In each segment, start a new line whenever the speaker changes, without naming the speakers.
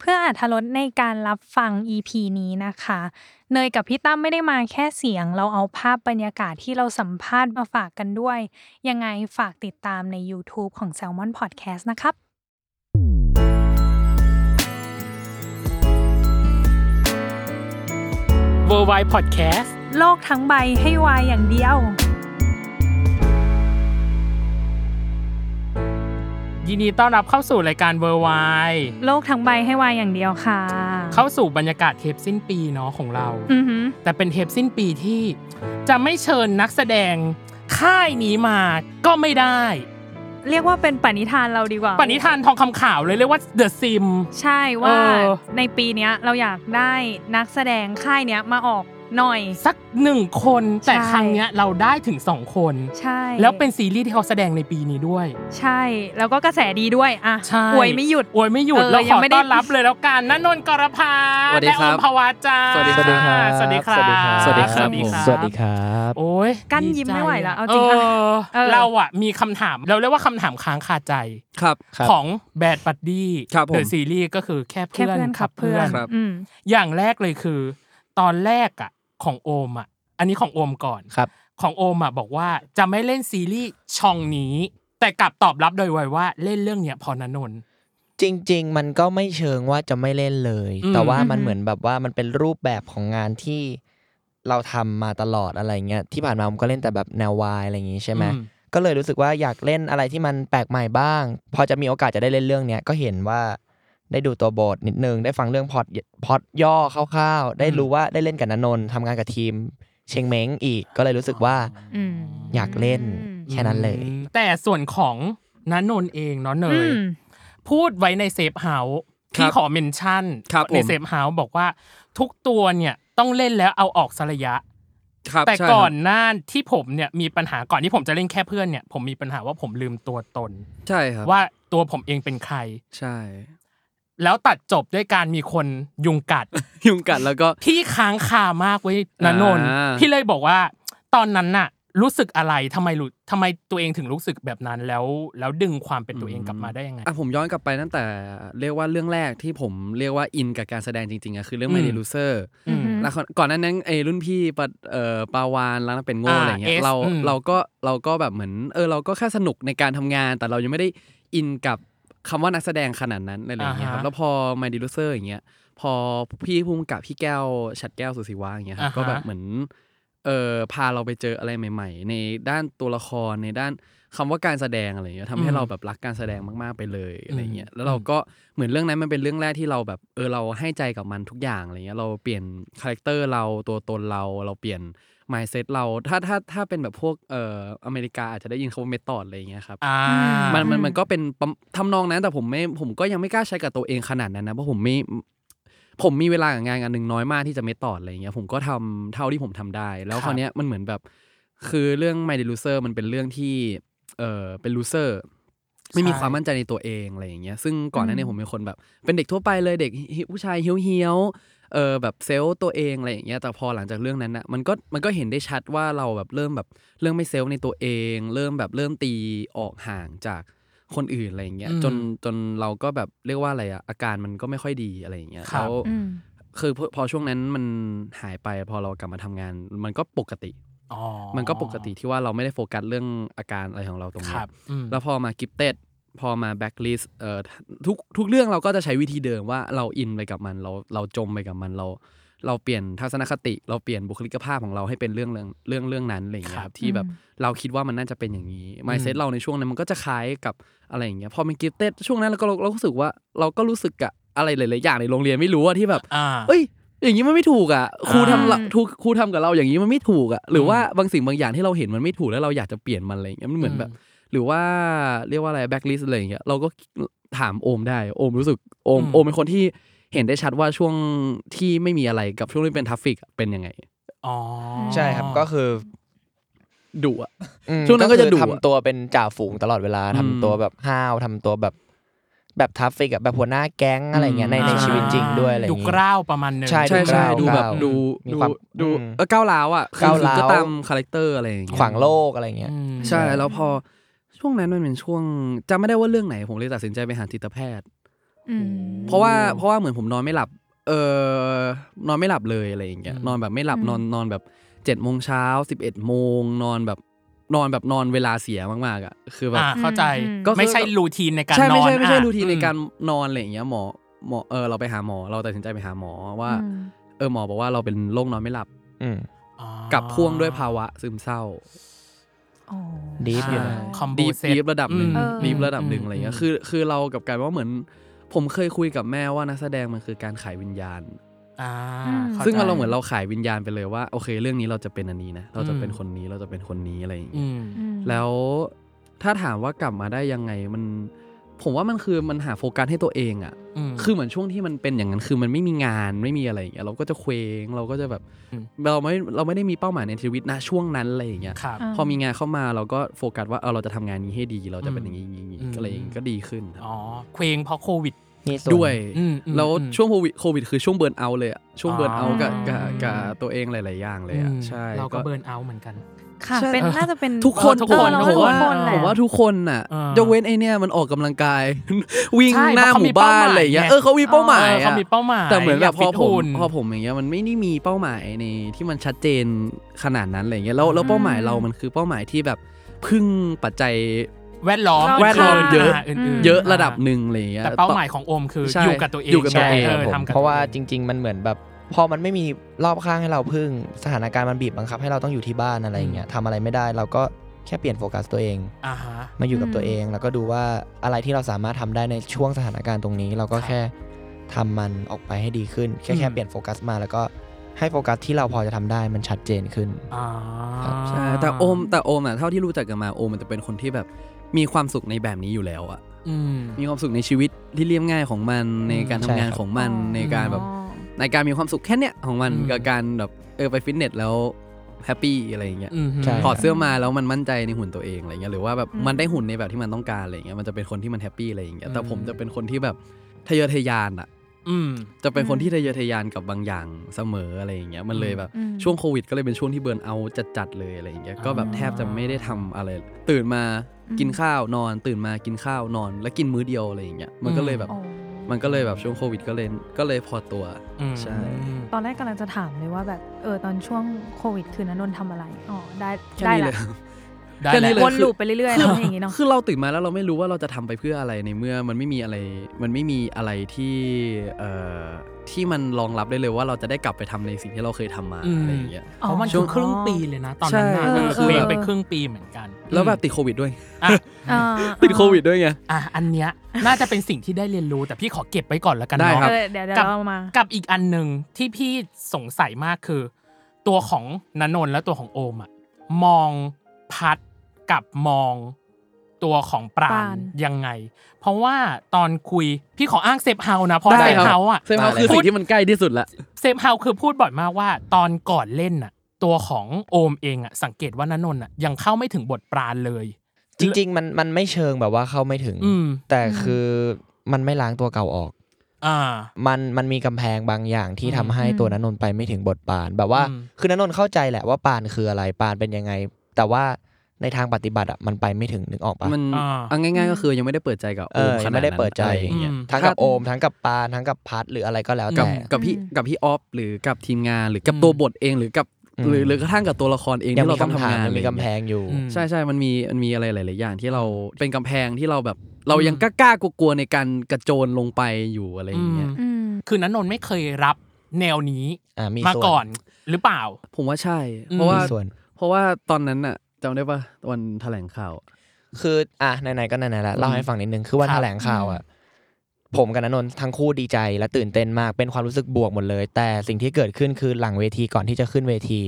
เพื่ออาธรสในการรับฟัง EP นี้นะคะ เนยกับพี่ตั้มไม่ได้มาแค่เสียง เราเอาภาพบรรยากาศที่เราสัมภาษณ์มาฝากกันด้วย ยังไงฝากติดตามใน YouTube ของ Salmon Podcast นะครับ
w o r l d w i d e Podcast
โลกทั้งใบให้วายอย่างเดียว
ยินดีต้อนรับเข้าสู่รายการ w o r l d w i d e
โลกทั้งใบให้วายอย่างเดียวค่ะ
เข้าสู่บรรยากาศเทปสิ้นปีเนาะของเรา
อือหือ
แต่เป็นเทปสิ้นปีที่จะไม่เชิญนักแสดงค่ายนี้มาก็ไม่ได้
เรียกว่าเป็นปณิธานเราดีกว่า
ปณิธานทองคำขาวเลยเรียกว่า The Sim
ใช่ว่า
เออ
ในปีเนี้ยเราอยากได้นักแสดงค่ายเนี้ยมาออกหน่อย
สักหนึ่งคน แต่
ใช่
ครั้งเนี้ยเราได้ถึงสองคน
ใช่
แล้วเป็นซีรีส์ที่เขาแสดงในปีนี้ด้วย
ใช่ แล้วก็กระแสดีด้วยอ่ะ
ใช่
อวยไม่หยุด
อวยไม่หยุด
เออ
เรายข
ง
อ
ไม่ได้
ต้อนรับเลยแล้วกันนันนนท์กรพา
สวัสดี
และ
ครั
อบ มพวาจา
สวัสดีครับ
สวัสดีครับ
สวัสดีครับผม
สวัสดีครับ
บ
โอ้ย
กั้น
ดีใจ
ยิ้มไม่ไหวละเอา
เอ
จริงอะ
อ
เออ
เราอะมีคำถาม เราเรียกว่าคำถามค้างคาใจ
ครับ
ของแบดบัดดี้
ครับผม
เดอะซีรีส์ก็คือแค่
แค่
เพื่อ
เพื่อ
น
นขับเพื่อน
ครับ
อืม
อย่างแรกเลยคือ ตอนแรกอะของโอมอะอันนี้ของโอมก่อน
ครับ
ของโอมอะบอกว่าจะไม่เล่นซีรีส์ช่องนี้ แต่กลับตอบรับโดยไวว่าเล่นเรื่องเนี้ยพอนนนท์
จริง ๆ มันก็ไม่เชิงว่าจะไม่เล่นเลย
อืม
แต่ว่า
อื
มัน
ม
เหมือนแบบว่ามันเป็นรูปแบบของงานที่เราทำมาตลอดอะไรเงี้ยที่ผ่านมาผมก็เล่นแต่แบบแนววายอะไรอย่างงี้ใช่ไหม
อื
ก็เลยรู้สึกว่าอยากเล่นอะไรที่มันแปลกใหม่บ้าง พอจะมีโอกาสจะได้เล่นเรื่องเนี้ยก็เห็นว่าได้ดูตัวบทนิดนึงได้ฟังเรื่องพล็อดพล็อดย่อคร่าวๆได้รู้ว่าได้เล่นกับณนนท์ทำงานกับทีม เชงเม้งอีกก็เลยรู้สึกว่า
อืม
อยากเล่นแค่นั้นเลย
แต่ส่วนของนนนท์เองเนาะเน
อื
ย
ม
พูดไว้ในเซฟเฮาส์ที่ขอเมนชั่น
ครับผม
ในเซฟเฮาส์บอกว่าทุกตัวเนี่ยต้องเล่นแล้วเอาออกสระยะ
ครับ
แต่
ใช่
ก่อน
ครับ
หน้าที่ผมเนี่ยมีปัญหาก่อนที่ผมจะเล่นแค่เพื่อนเนี่ยผมมีปัญหาว่าผมลืมตัวตน
ใช่ครับ
ว่าตัวผมเองเป็นใคร
ใช่
แล้วตัดจบด้วยการมีคนยุง กัด
ยุงกัดแล้วก็
ที่ค้างคามากเว้ยนนนท์
อ่า
พี่เลยบอกว่า ตอนนั้นน่ะ รู้สึกอะไรทำไมรู้ทำไมตัวเองถึงรู้สึกแบบนั้นแล้วแล้วดึงความเป็นตัวเองกลับมาได้ยังไง
อ่ะผมย้อนกลับไปตั้งแต่เรียกว่าเรื่องแรกที่ผมเรียกว่าอินกับการแสดงจริงๆอะคือเรื่อง My
อืม
Day Loser
อืม
แล้วก่อนก่อนหนั้นนั้นไอ้รุ่นพี่ปะเอ่อปาวานร้านเป็นโง่
อ่า
อะไรเงี้ย
S
เรา
อืม
เราก็เราก็แบบเหมือนเออเราก็แค่สนุกในการทำงาน แต่เรายังไม่ได้อินกับคำว่านักแสดงขนาดนั้นอะไรอย่างเงี้ยครับ แล้วพอ My Day Loser อย่างเงี้ย พอพี่พุ่มกับพี่แก้วฉัดแก้วสุศิวะอย่างเงี้ยครั
อ่า
บ
ฮะ
ก็แบบเหมือนเออพาเราไปเจออะไรใหม่ ๆ ในด้านตัวละครในด้านคำว่าการแสดงอะไรอย่างเงี้ยทำให้เราแบบรักการแสดงมากๆไปเลยอะไรอย่างเงี้ยแล้วเราก็เหมือนเรื่องนั้นมันเป็นเรื่องแรกที่เราแบบเออเราให้ใจกับมันทุกอย่างอะไรเงี้ยเราเปลี่ยนคาแรคเตอร์เราตัวตนเราเราเปลี่ยน mindset เราถ้าถ้าถ้าเป็นแบบพวกเอ่ออเมริกาอาจจะได้ยินคำว่าเมทอดอะไรอย่างเงี้ยครับ
อ่า
มันมัน
อืม
มันก็เป็นประมทำนองนั้นแต่ผมไม่ผมก็ยังไม่กล้าใช้กับตัวเองขนาดนั้นนะ เพราะผมไม่ผมมีเวลากับงานงานหนึ่งน้อยมากที่จะไม่ตอดอะไรอย่างเงี้ยผมก็ทำเท่าที่ผมทำได้ แล้
ค
ว
รับ
คราวเนี้ยมันเหมือนแบบ คือเรื่อง My d a y Loser มันเป็นเรื่องที่เออเป็น loser ไม่มีความมั่นใจในตัวเองอะไรอย่างเงี้ยซึ่งก่อนหน้านี้ผมเป็นคนแบบ เป็นเด็กทั่วไปเลยเด็กฮิผู้ชายเฮี้ยวๆเออแบบเซลล์ตัวเองอะไรอย่างเงี้ยแต่พอหลังจากเรื่องนั้นนะมันก็มันก็เห็นได้ชัดว่าเราแบบเริ่มแบบเริ่มไม่เซลล์ในตัวเอง เริ่มแบบเริ่มตีออกห่างจากคนอื่นอะไรอย่างเงี้ย
อืม
จนจนเราก็แบบเรียกว่าอะไรอะอาการมันก็ไม่ค่อยดีอะไรอย่างเงี้ย
ครับ
แล้ว
อืม
คือพอพอช่วงนั้นมันหายไปพอเรากลับมาทำงานมันก็ปกติ
อ๋อ
มันก็ปกติที่ว่าเราไม่ได้โฟกัสเรื่องอาการอะไรของเราตรง
ค
นี้
รับอืม
แล้วพอมากิฟเต็ดพอมาแบ็กลิสเอ่อทุกทุกเรื่องเราก็จะใช้วิธีเดิมว่าเราอินไปกับมันเราเราจมไปกับมันเรา เราเปลี่ยนทัศนคติ เราเปลี่ยนบุคลิกภาพของเราให้เป็นเรื่องเรื่องเรื่องเรื่องนั้นอะไรอย่างเงี้ยครับที่แบบเราคิดว่ามันน่าจะเป็นอย่างนี้ mindset เราในช่วงนั้นมันก็จะคล้ายกับอะไรอย่างเงี้ยพอเป็นกิฟเต็ดช่วงนั้นเราก็เราก็รู้สึกว่าเราก็รู้สึกกับอะไรหลายๆอย่างในโรงเรียนไม่รู้อะที่แบบ
อ่า
เอ้ย อย่างนี้มันไม่ถูกอ่ะ ครูทำละ
อืม
ถูกครูทำกับเราอย่างนี้มันไม่ถูกอ่ะ หรืออ
ม
ว่าบางสิ่งบางอย่างที่เราเห็นมันไม่ถูกแล้วเราอยากจะเปลี่ยนมันอะไรอย่างเงี้ย มันเหมือนแบบ หรือว่าเรียกว่าอะไรแบ็กลิสอะไรอย่างเงี้ย เราก็ถามโอมได้ โอมรู้สึก โอม
อืม
โอมเป็นคนที่เห็นได้ชัดว่าช่วงที่ไม่มีอะไรกับช่วงที่เป็นทัฟฟิกเป็นยังไง
อ๋อ
ใช่ครับก็คือ
ดุอ่ะ
อืม
ช่วงนั้นก็จะดุอะ
คือทำตัวเป็นจ่าฝูงตลอดเวลาทำตัวแบบห้าวทำตัวแบบ แบบทัฟฟิกอะแบบหัวหน้าแก๊งอะไรเงี้ยในในชีวิตจริงด้วยอะไร
ดู
เงี้ย
กร้าวประมาณหนึง
ใช่
ใช่ใช่ดูแบบ
ก้าว
ดู
มี
ดู
ความ
ดู
อืม
เออก้าวร้าวอ่ะคือ
ก้าวร้าว
ก็ตามคาแรคเตอร์อะไรอย่างเงี้ย
ขวางโลกอะไรเงี้ย
อืม
ใช่แล้วพอช่วงนั้นมันเป็นช่วงจำไม่ได้ว่าเรื่องไหนผมเลยตัดสินใจไปหาจิตแพทย์
อืม
เพราะว่าเพราะว่าเหมือนผมนอนไม่หลับ เออนอนไม่หลับเลยอะไรอย่างเงี้ยนอนแบบไม่หลับ
อืม
นอนนอนแบบเจ็ดโมงเช้าสิบเอ็ดโมงนอนแบบนอนแบบนอนเวลาเสียมากๆอ่ะคือแบบ
อ่าเข้าใจ
อืม
ก็คือ
ไม่ใช่รูทีนในการนอน
ใช่ไม่ใช่ไม่ใช่
อ่ะ
รูทีนในการ
อืม
นอนอะไรอย่างเงี้ยหมอหมอเออเราไปหาหมอเราตัดสินใจไปหาหมอว่า
อืม
เออหมอบอกว่าเราเป็นโรคนอนไม่หลับ
อืม
อ๋อ
กับพ่วงด้วยภาวะซึมเศร้า
อ๋อ
ดีฟอยู่นะ
คอมโบ
ดีฟ
เซต
ดีฟระดับหนึ่ง
อืม
ดีฟระดับหนึ่งอะไรเงี้ย
อืม
คือคือเรากลับกลารว่าเหมือน ผมเคยคุยกับแม่ว่านักแสดงมันคือการขายวิญญาณ
อ่า
อืม
ข้ใจ
ซึ่งมันเราเหมือนเราขายวิญญาณไปเลยว่าโอเค เรื่องนี้เราจะเป็นอันนี้นะเราจะเป็น
อืม
คนนี้เราจะเป็นคนนี้อะไรอย่าง
อื
เงี้ย
ม
อืม
แล้วถ้าถามว่ากลับมาได้ยังไงมัน ผมว่ามันคือมันหาโฟกัสให้ตัวเองอ่ะ
อืม
คือเหมือนช่วงที่มันเป็นอย่างนั้นคือมันไม่มีงานไม่มีอะไรอย่างเงี้ยเราก็จะเคว้งเราก็จะแบบ
อืม
เราไม่เราไม่ได้มีเป้าหมายในชีวิตนะช่วงนั้นอะไรอย่างเงี้ย
ครับ
อ่า
พอมีงานเข้ามาเราก็โฟกัสว่าเออเราจะทำงานนี้ให้ดีเราจะเป็น
อื
อ
ม
ย่างนี้อย่างนี้อย่างนี้
อืม
ก็เลยก็ดีขึ้นครับ
อ๋อเคว้งเพราะโควิด
นี่ส่น
ด้วย
อืมอืม
แล้ว
อืม
ช่วงโควิดโควิดคือช่วงเบิร์นเอาท์เลยอะช่วง
อ๋อ
เบิร์นเอาท์กับ
อืม
กับกับตัวเองหลาย ๆ อย่างเลยอะ
อืม
ใช่
เราก็เบิร์นเอาท์เหมือนกัน
ค่ะ
ใช่
เป็นน่าจะเป็น
ทุกคน
เออทุ
ทุก
ก
ค
คน นทุกคนแหละ
ผมว่าผมว่าทุกคนน่ะ
อ่าย
กเว้นไอเนี่ยมันออกกำลังกาย วิ่ง
ใช่
หน้าหมู่บ้านอะไรอย่างเงี้ย
เพ
เอ
ราะ
อเขามีเป้าหมาย
เออเขามีเป้าหมาย
แต่เหมือน
อ
แบ
ยา
บ
ก
พอผ
ฟิตหุ่
ม
น
พอผมอย่างเงี้ยมันไม่ได้มีเป้าหมายในที่มันชัดเจนขนาดนั้นอะไรอย่างเงี้ยแล้วแล้วเป้าหมายเรามันคือเป้าหมายที่แบบพึ่งปัจจัย
แวดล้อม
แวดล้อมเยอะ
าอื่นๆ
เยอะระดับหนึ่งอะไรอย่างเงี้ย
แต่เป้าหมายของโอมคือ
ใช่
อยู่กับตัวเอง
อยู่กับตัว
ใช่
เอง
เออ
ผม
ทำกับ
เพราะว่า
ตัว
จ
อง
ริง ๆ มันเหมือนแบบพอมันไม่มีรอบข้างให้เราพึ่งสถานการณ์มันบีบบังคับให้เราต้องอยู่ที่บ้านอะไรอย่างเงี้ยทำอะไรไม่ได้ เราก็แค่เปลี่ยนโฟกัสตัวเอง
อ่าฮะ
มาอยู่กับ
อืม
ตัวเอง แล้วก็ดูว่าอะไรที่เราสามารถทำได้ในช่วงสถานการณ์ตรงนี้ เราก็แค่ทำมันออกไปให้ดีขึ้น แค่
อืม
แค่เปลี่ยนโฟกัสมาแล้วก็ให้โฟกัสที่เราพอจะทำได้มันชัดเจนขึ้น
อ่า
ครับใช่
ใช่แต่โอมแต่โอมอ่ะเท่าที่รู้จักกันมาโอมมันจะเป็นคนที่แบบมีความสุขในแบบนี้อยู่แล้วอ่ะ
อืม
มีความสุขในชีวิตที่เรียบง่ายของมัน
อืม
ในการทำงาน
ใช่ครับ
ของมัน
อ๋อ
ในการแบบในการมีความสุขแค่เนี้ยของมัน
อืม
กับการแบบเออไปฟิตเนสแล้วแฮปปี้อะไรอย่างเงี้ย
อืม
ใช่
ถอดเสื้อมาแล้วมันมั่นใจในหุ่นตัวเองอะไรเงี้ยหรือว่าแบบ
อืม
มันได้หุ่นในแบบที่มันต้องการอะไรเงี้ยมันจะเป็นคนที่มันแฮปปี้อะไรอย่างเงี้ยแต่ผมจะเป็นคนที่แบบทะเยอทะยานอ่ะ
อืม
จะเป็นคนที่ทะเยอทะยานกับบางอย่างเสมออะไรอย่างเงี้ยมันเลยแบบ
อืม
ช่วงโควิด ก็เลยเป็นช่วงที่เบิร์นเอาท์จัดๆเลยอะไรอย่างเงี้ยก็แบบ
อ่า
แทบจะไม่ได้ทำอะไร ตื่นมากินข้าวนอน ตื่นมากินข้าวนอน แล้วกินมื้อเดียวอะไรอย่างเงี้ยมันก็เลยแบบ
อ๋อ
มันก็เลยแบบช่วงโควิดก็เลยก็เลยพอตัว
อืม
ใช่
ตอนแรกกำลังจะถามเลยว่าแบบเออตอนช่วงโควิด คือนนนท์ทำอะไรอ๋อได้
แค่
ได้
นี้เล
ละ
ย
ได้
แค่นี้
แล้ว
เลย
วนลูปไปเรื่อยๆเนอะอย่างงี้เนาะ
คือเราตื่นมาแล้วเราไม่รู้ว่าเราจะทำไปเพื่ออะไรในเมื่อมันไม่มีอะไรมันไม่มีอะไรที่เอ่อที่มันรองรับได้เลยว่าเราจะได้กลับไปทำในสิ่งที่เราเคยทำมา
อืม
อะไรอย่างเงี้ย
เพราะมัน
ช่
คื
ว
อง ครึ่งปีเลยนะ ตอนนั้นน่ะ
ใช่
เออ
เออ
คือเองไปครึ่งปีเหมือนกัน
แล้วแบบติดโควิดด้วย
อ่ะ
อ่า
ติดโควิดด้วยไง
อ่ะอันเนี้ยน่าจะเป็นสิ่งที่ได้เรียนรู้แต่พี่ขอเก็บไว้ก่อนแล้วกัน
ได้ครั
เนาะ
บ
เออเดี๋ยวเดี๋ย
กับ
วเรามา
กับอีกอันหนึ่งที่พี่สงสัยมากคือ ตัวของนนนท์และตัวของโอมอะมองพัดกับมองตัวของปรา
ปรา
ณ
ณ
ยังไง เพราะว่าตอนคุยพี่ขออ้างเซฟเฮานะเพราะ
ได้
เซฟ
ครับ
เฮาอะ
เซฟเฮาคือสิ่งที่มันใกล้ที่สุดละ
เซฟเฮาคือพูดบ่อยมากว่า ตอนก่อนเล่นอะตัวของโอมเองอะสังเกตว่านนนท์อะยังเข้าไม่ถึงบทปราณเลย
จริง ๆ มันมันไม่เชิงแบบว่าเข้าไม่ถึง
อืม
แต่คือมันไม่ล้างตัวเก่าออก
อ่า
มันมันมีกำแพงบางอย่างที่
อืม
ทำให้ตัวนันนนท์ไปไม่ถึงบทปาน แบบว่า
อืม
คือนันนนท์เข้าใจแหละว่าปานคืออะไรปานเป็นยังไง แต่ว่าในทางปฏิบัติอ่ะมันไปไม่ถึงนึกออกปะ
มัน
อ่า
เอาง่ายๆก็คือยังไม่ได้เปิดใจกับโอ
เอ
ม
อ
ขนาดนั้น
ไม่ได้เปิดใจ
อะไรอย่างเงี้ย
อืม
ทั้งกับโอมทั้งกับปานทั้งกับพัดหรืออะไรก็แล้ว
กับ
แต่
กับพี่
อืม
กับพี่ออฟหรือกับทีมงานหรือกับตัวบทเองหรือกับ
อืม
หรือหรือกระทั่งกับตัวละครเอง
ยัง
ที่
มี
เราต้อง
คำ
ทำ
ถาม
งานอะไร
ยังมี
อย่าง
กำแพ
เงี้ย
งอยู่
อืม
ใช่ใช่มันมีมันมีอะไรหลาย ๆ อย่างที่เราเป็นกำแพงที่เราแบบเรายังกล้าๆกลัวๆในการกระโจนลงไปอยู่อะไรอย่างเงี้ย
อืม
อืม
คือนันนนท์ไม่เคยรับแนวนี้
อ่ามี
มา
ส่ว
ก่อน นหรือเปล่า
ผมว่าใช่
อืม
เพราะว่า
มีส่วน
เพราะว่าตอนนั้นน่ะจำได้ป่ะวันแถลงข่าว
คืออ่ะไหนๆก็ไหนๆละเล่าให้ฟังนิดนึงคือวัน
ครับ
แถลงข่าวอ่ะผมกับณนนท์ทั้งคู่ดีใจและตื่นเต้นมากเป็นความรู้สึกบวกหมดเลย แต่สิ่งที่เกิดขึ้นคือหลังเวทีก่อนที่จะขึ้นเวที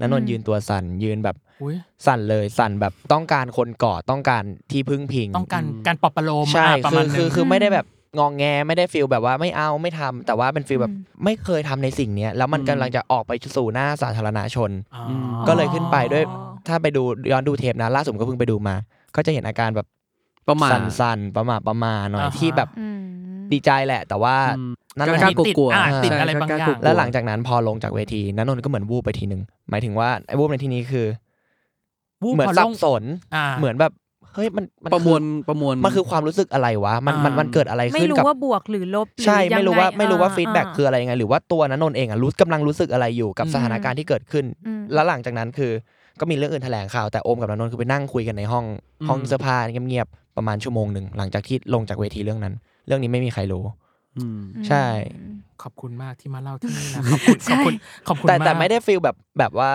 ณนนท์
อืม
ยืนตัวสั่นยืนแบบ
อุ๊ย
สั่นเลยสั่นแบบต้องการคนกอดต้องการที่พึ่งพิง
ต้องการ
อืม
การปลอบประโลม
ใช่
อ่ะประ
คื
มา
อ
ณนึ
คือง คือไม่ได้แบบงองแงไม่ได้ฟีลแบบว่าไม่เอาไม่ทำแต่ว่าเป็นฟีลแบบ
อืม
ไม่เคยทำในสิ่งเนี้ยแล้วมันกำลังจะออกไปสู่หน้าสาธารณชน
อ๋อ
ก็เลยขึ้นไปด้วยถ้าไปดูย้อนดูเทปนะล่าสุดก็เพิ่งไปดูมา ก็จะเห็นอาการแบบ
ประมาณ
สั่นๆ ประมาณประมาณหน่อย
อ่าฮะ
ที่แบบ
อืม
ดีใจแหละ แต่ว่า
อืม
นั่นแหละ
กล้าๆกลัวๆ
อ่ะ
ใช่
ติดอะไรบาง
กล้ๆ
อย่าง
กลัวๆ
แล้วหลังจากนั้นพอลงจากเวทีนันนนท์ก็เหมือนวูบไปทีนึงหมายถึงว่าไอ้วูบในที่นี้คือ
วูบ
เหมือน
พล
สั
ง
บสน
อ่า
เหมือนแบบเฮ้ยมันมัน
ประมวล
คือ
ประมวล
มันคือความรู้สึกอะไรวะมันมัน
อ่ามั
มันเกิดอะไร
ไม่
ขึ้น
รู้
กับ
ว่าบวกหรือลบหรือ
ใช่
ยัง
ไม่รู้
ง
ว่าไม่รู้ว่า
อ่
ฟีดแบ็ก
า
คืออะไรยังไงหรือว่าตัวนนนท์เองอ่ะรู้กำลังรู้สึกอะไรอยู่กับ
อืม
สถานการณ์ที่เกิดขึ้น
อืม
แล้วหลังจากนั้นคือก็มีเรื่องอื่นแถลงข่าวแต่โอมกับนนนท์คือไปนั่งคุยกันในห้อง
อืม
ห้องเสื้อผ้าเงียบๆประมาณชั่วโมงหนึ่งหลังจากที่ลงจากเวทีเรื่องนั้น เรื่องนี้ไม่มีใครรู้
อืม
ใช่
ขอบคุณมากที่มาเล่าที่ นี่นะ ขอบคุณขอบคุณขอบคุ
แต่
ณาก
แต่ไม่ได้ฟีลแบบแบบว่า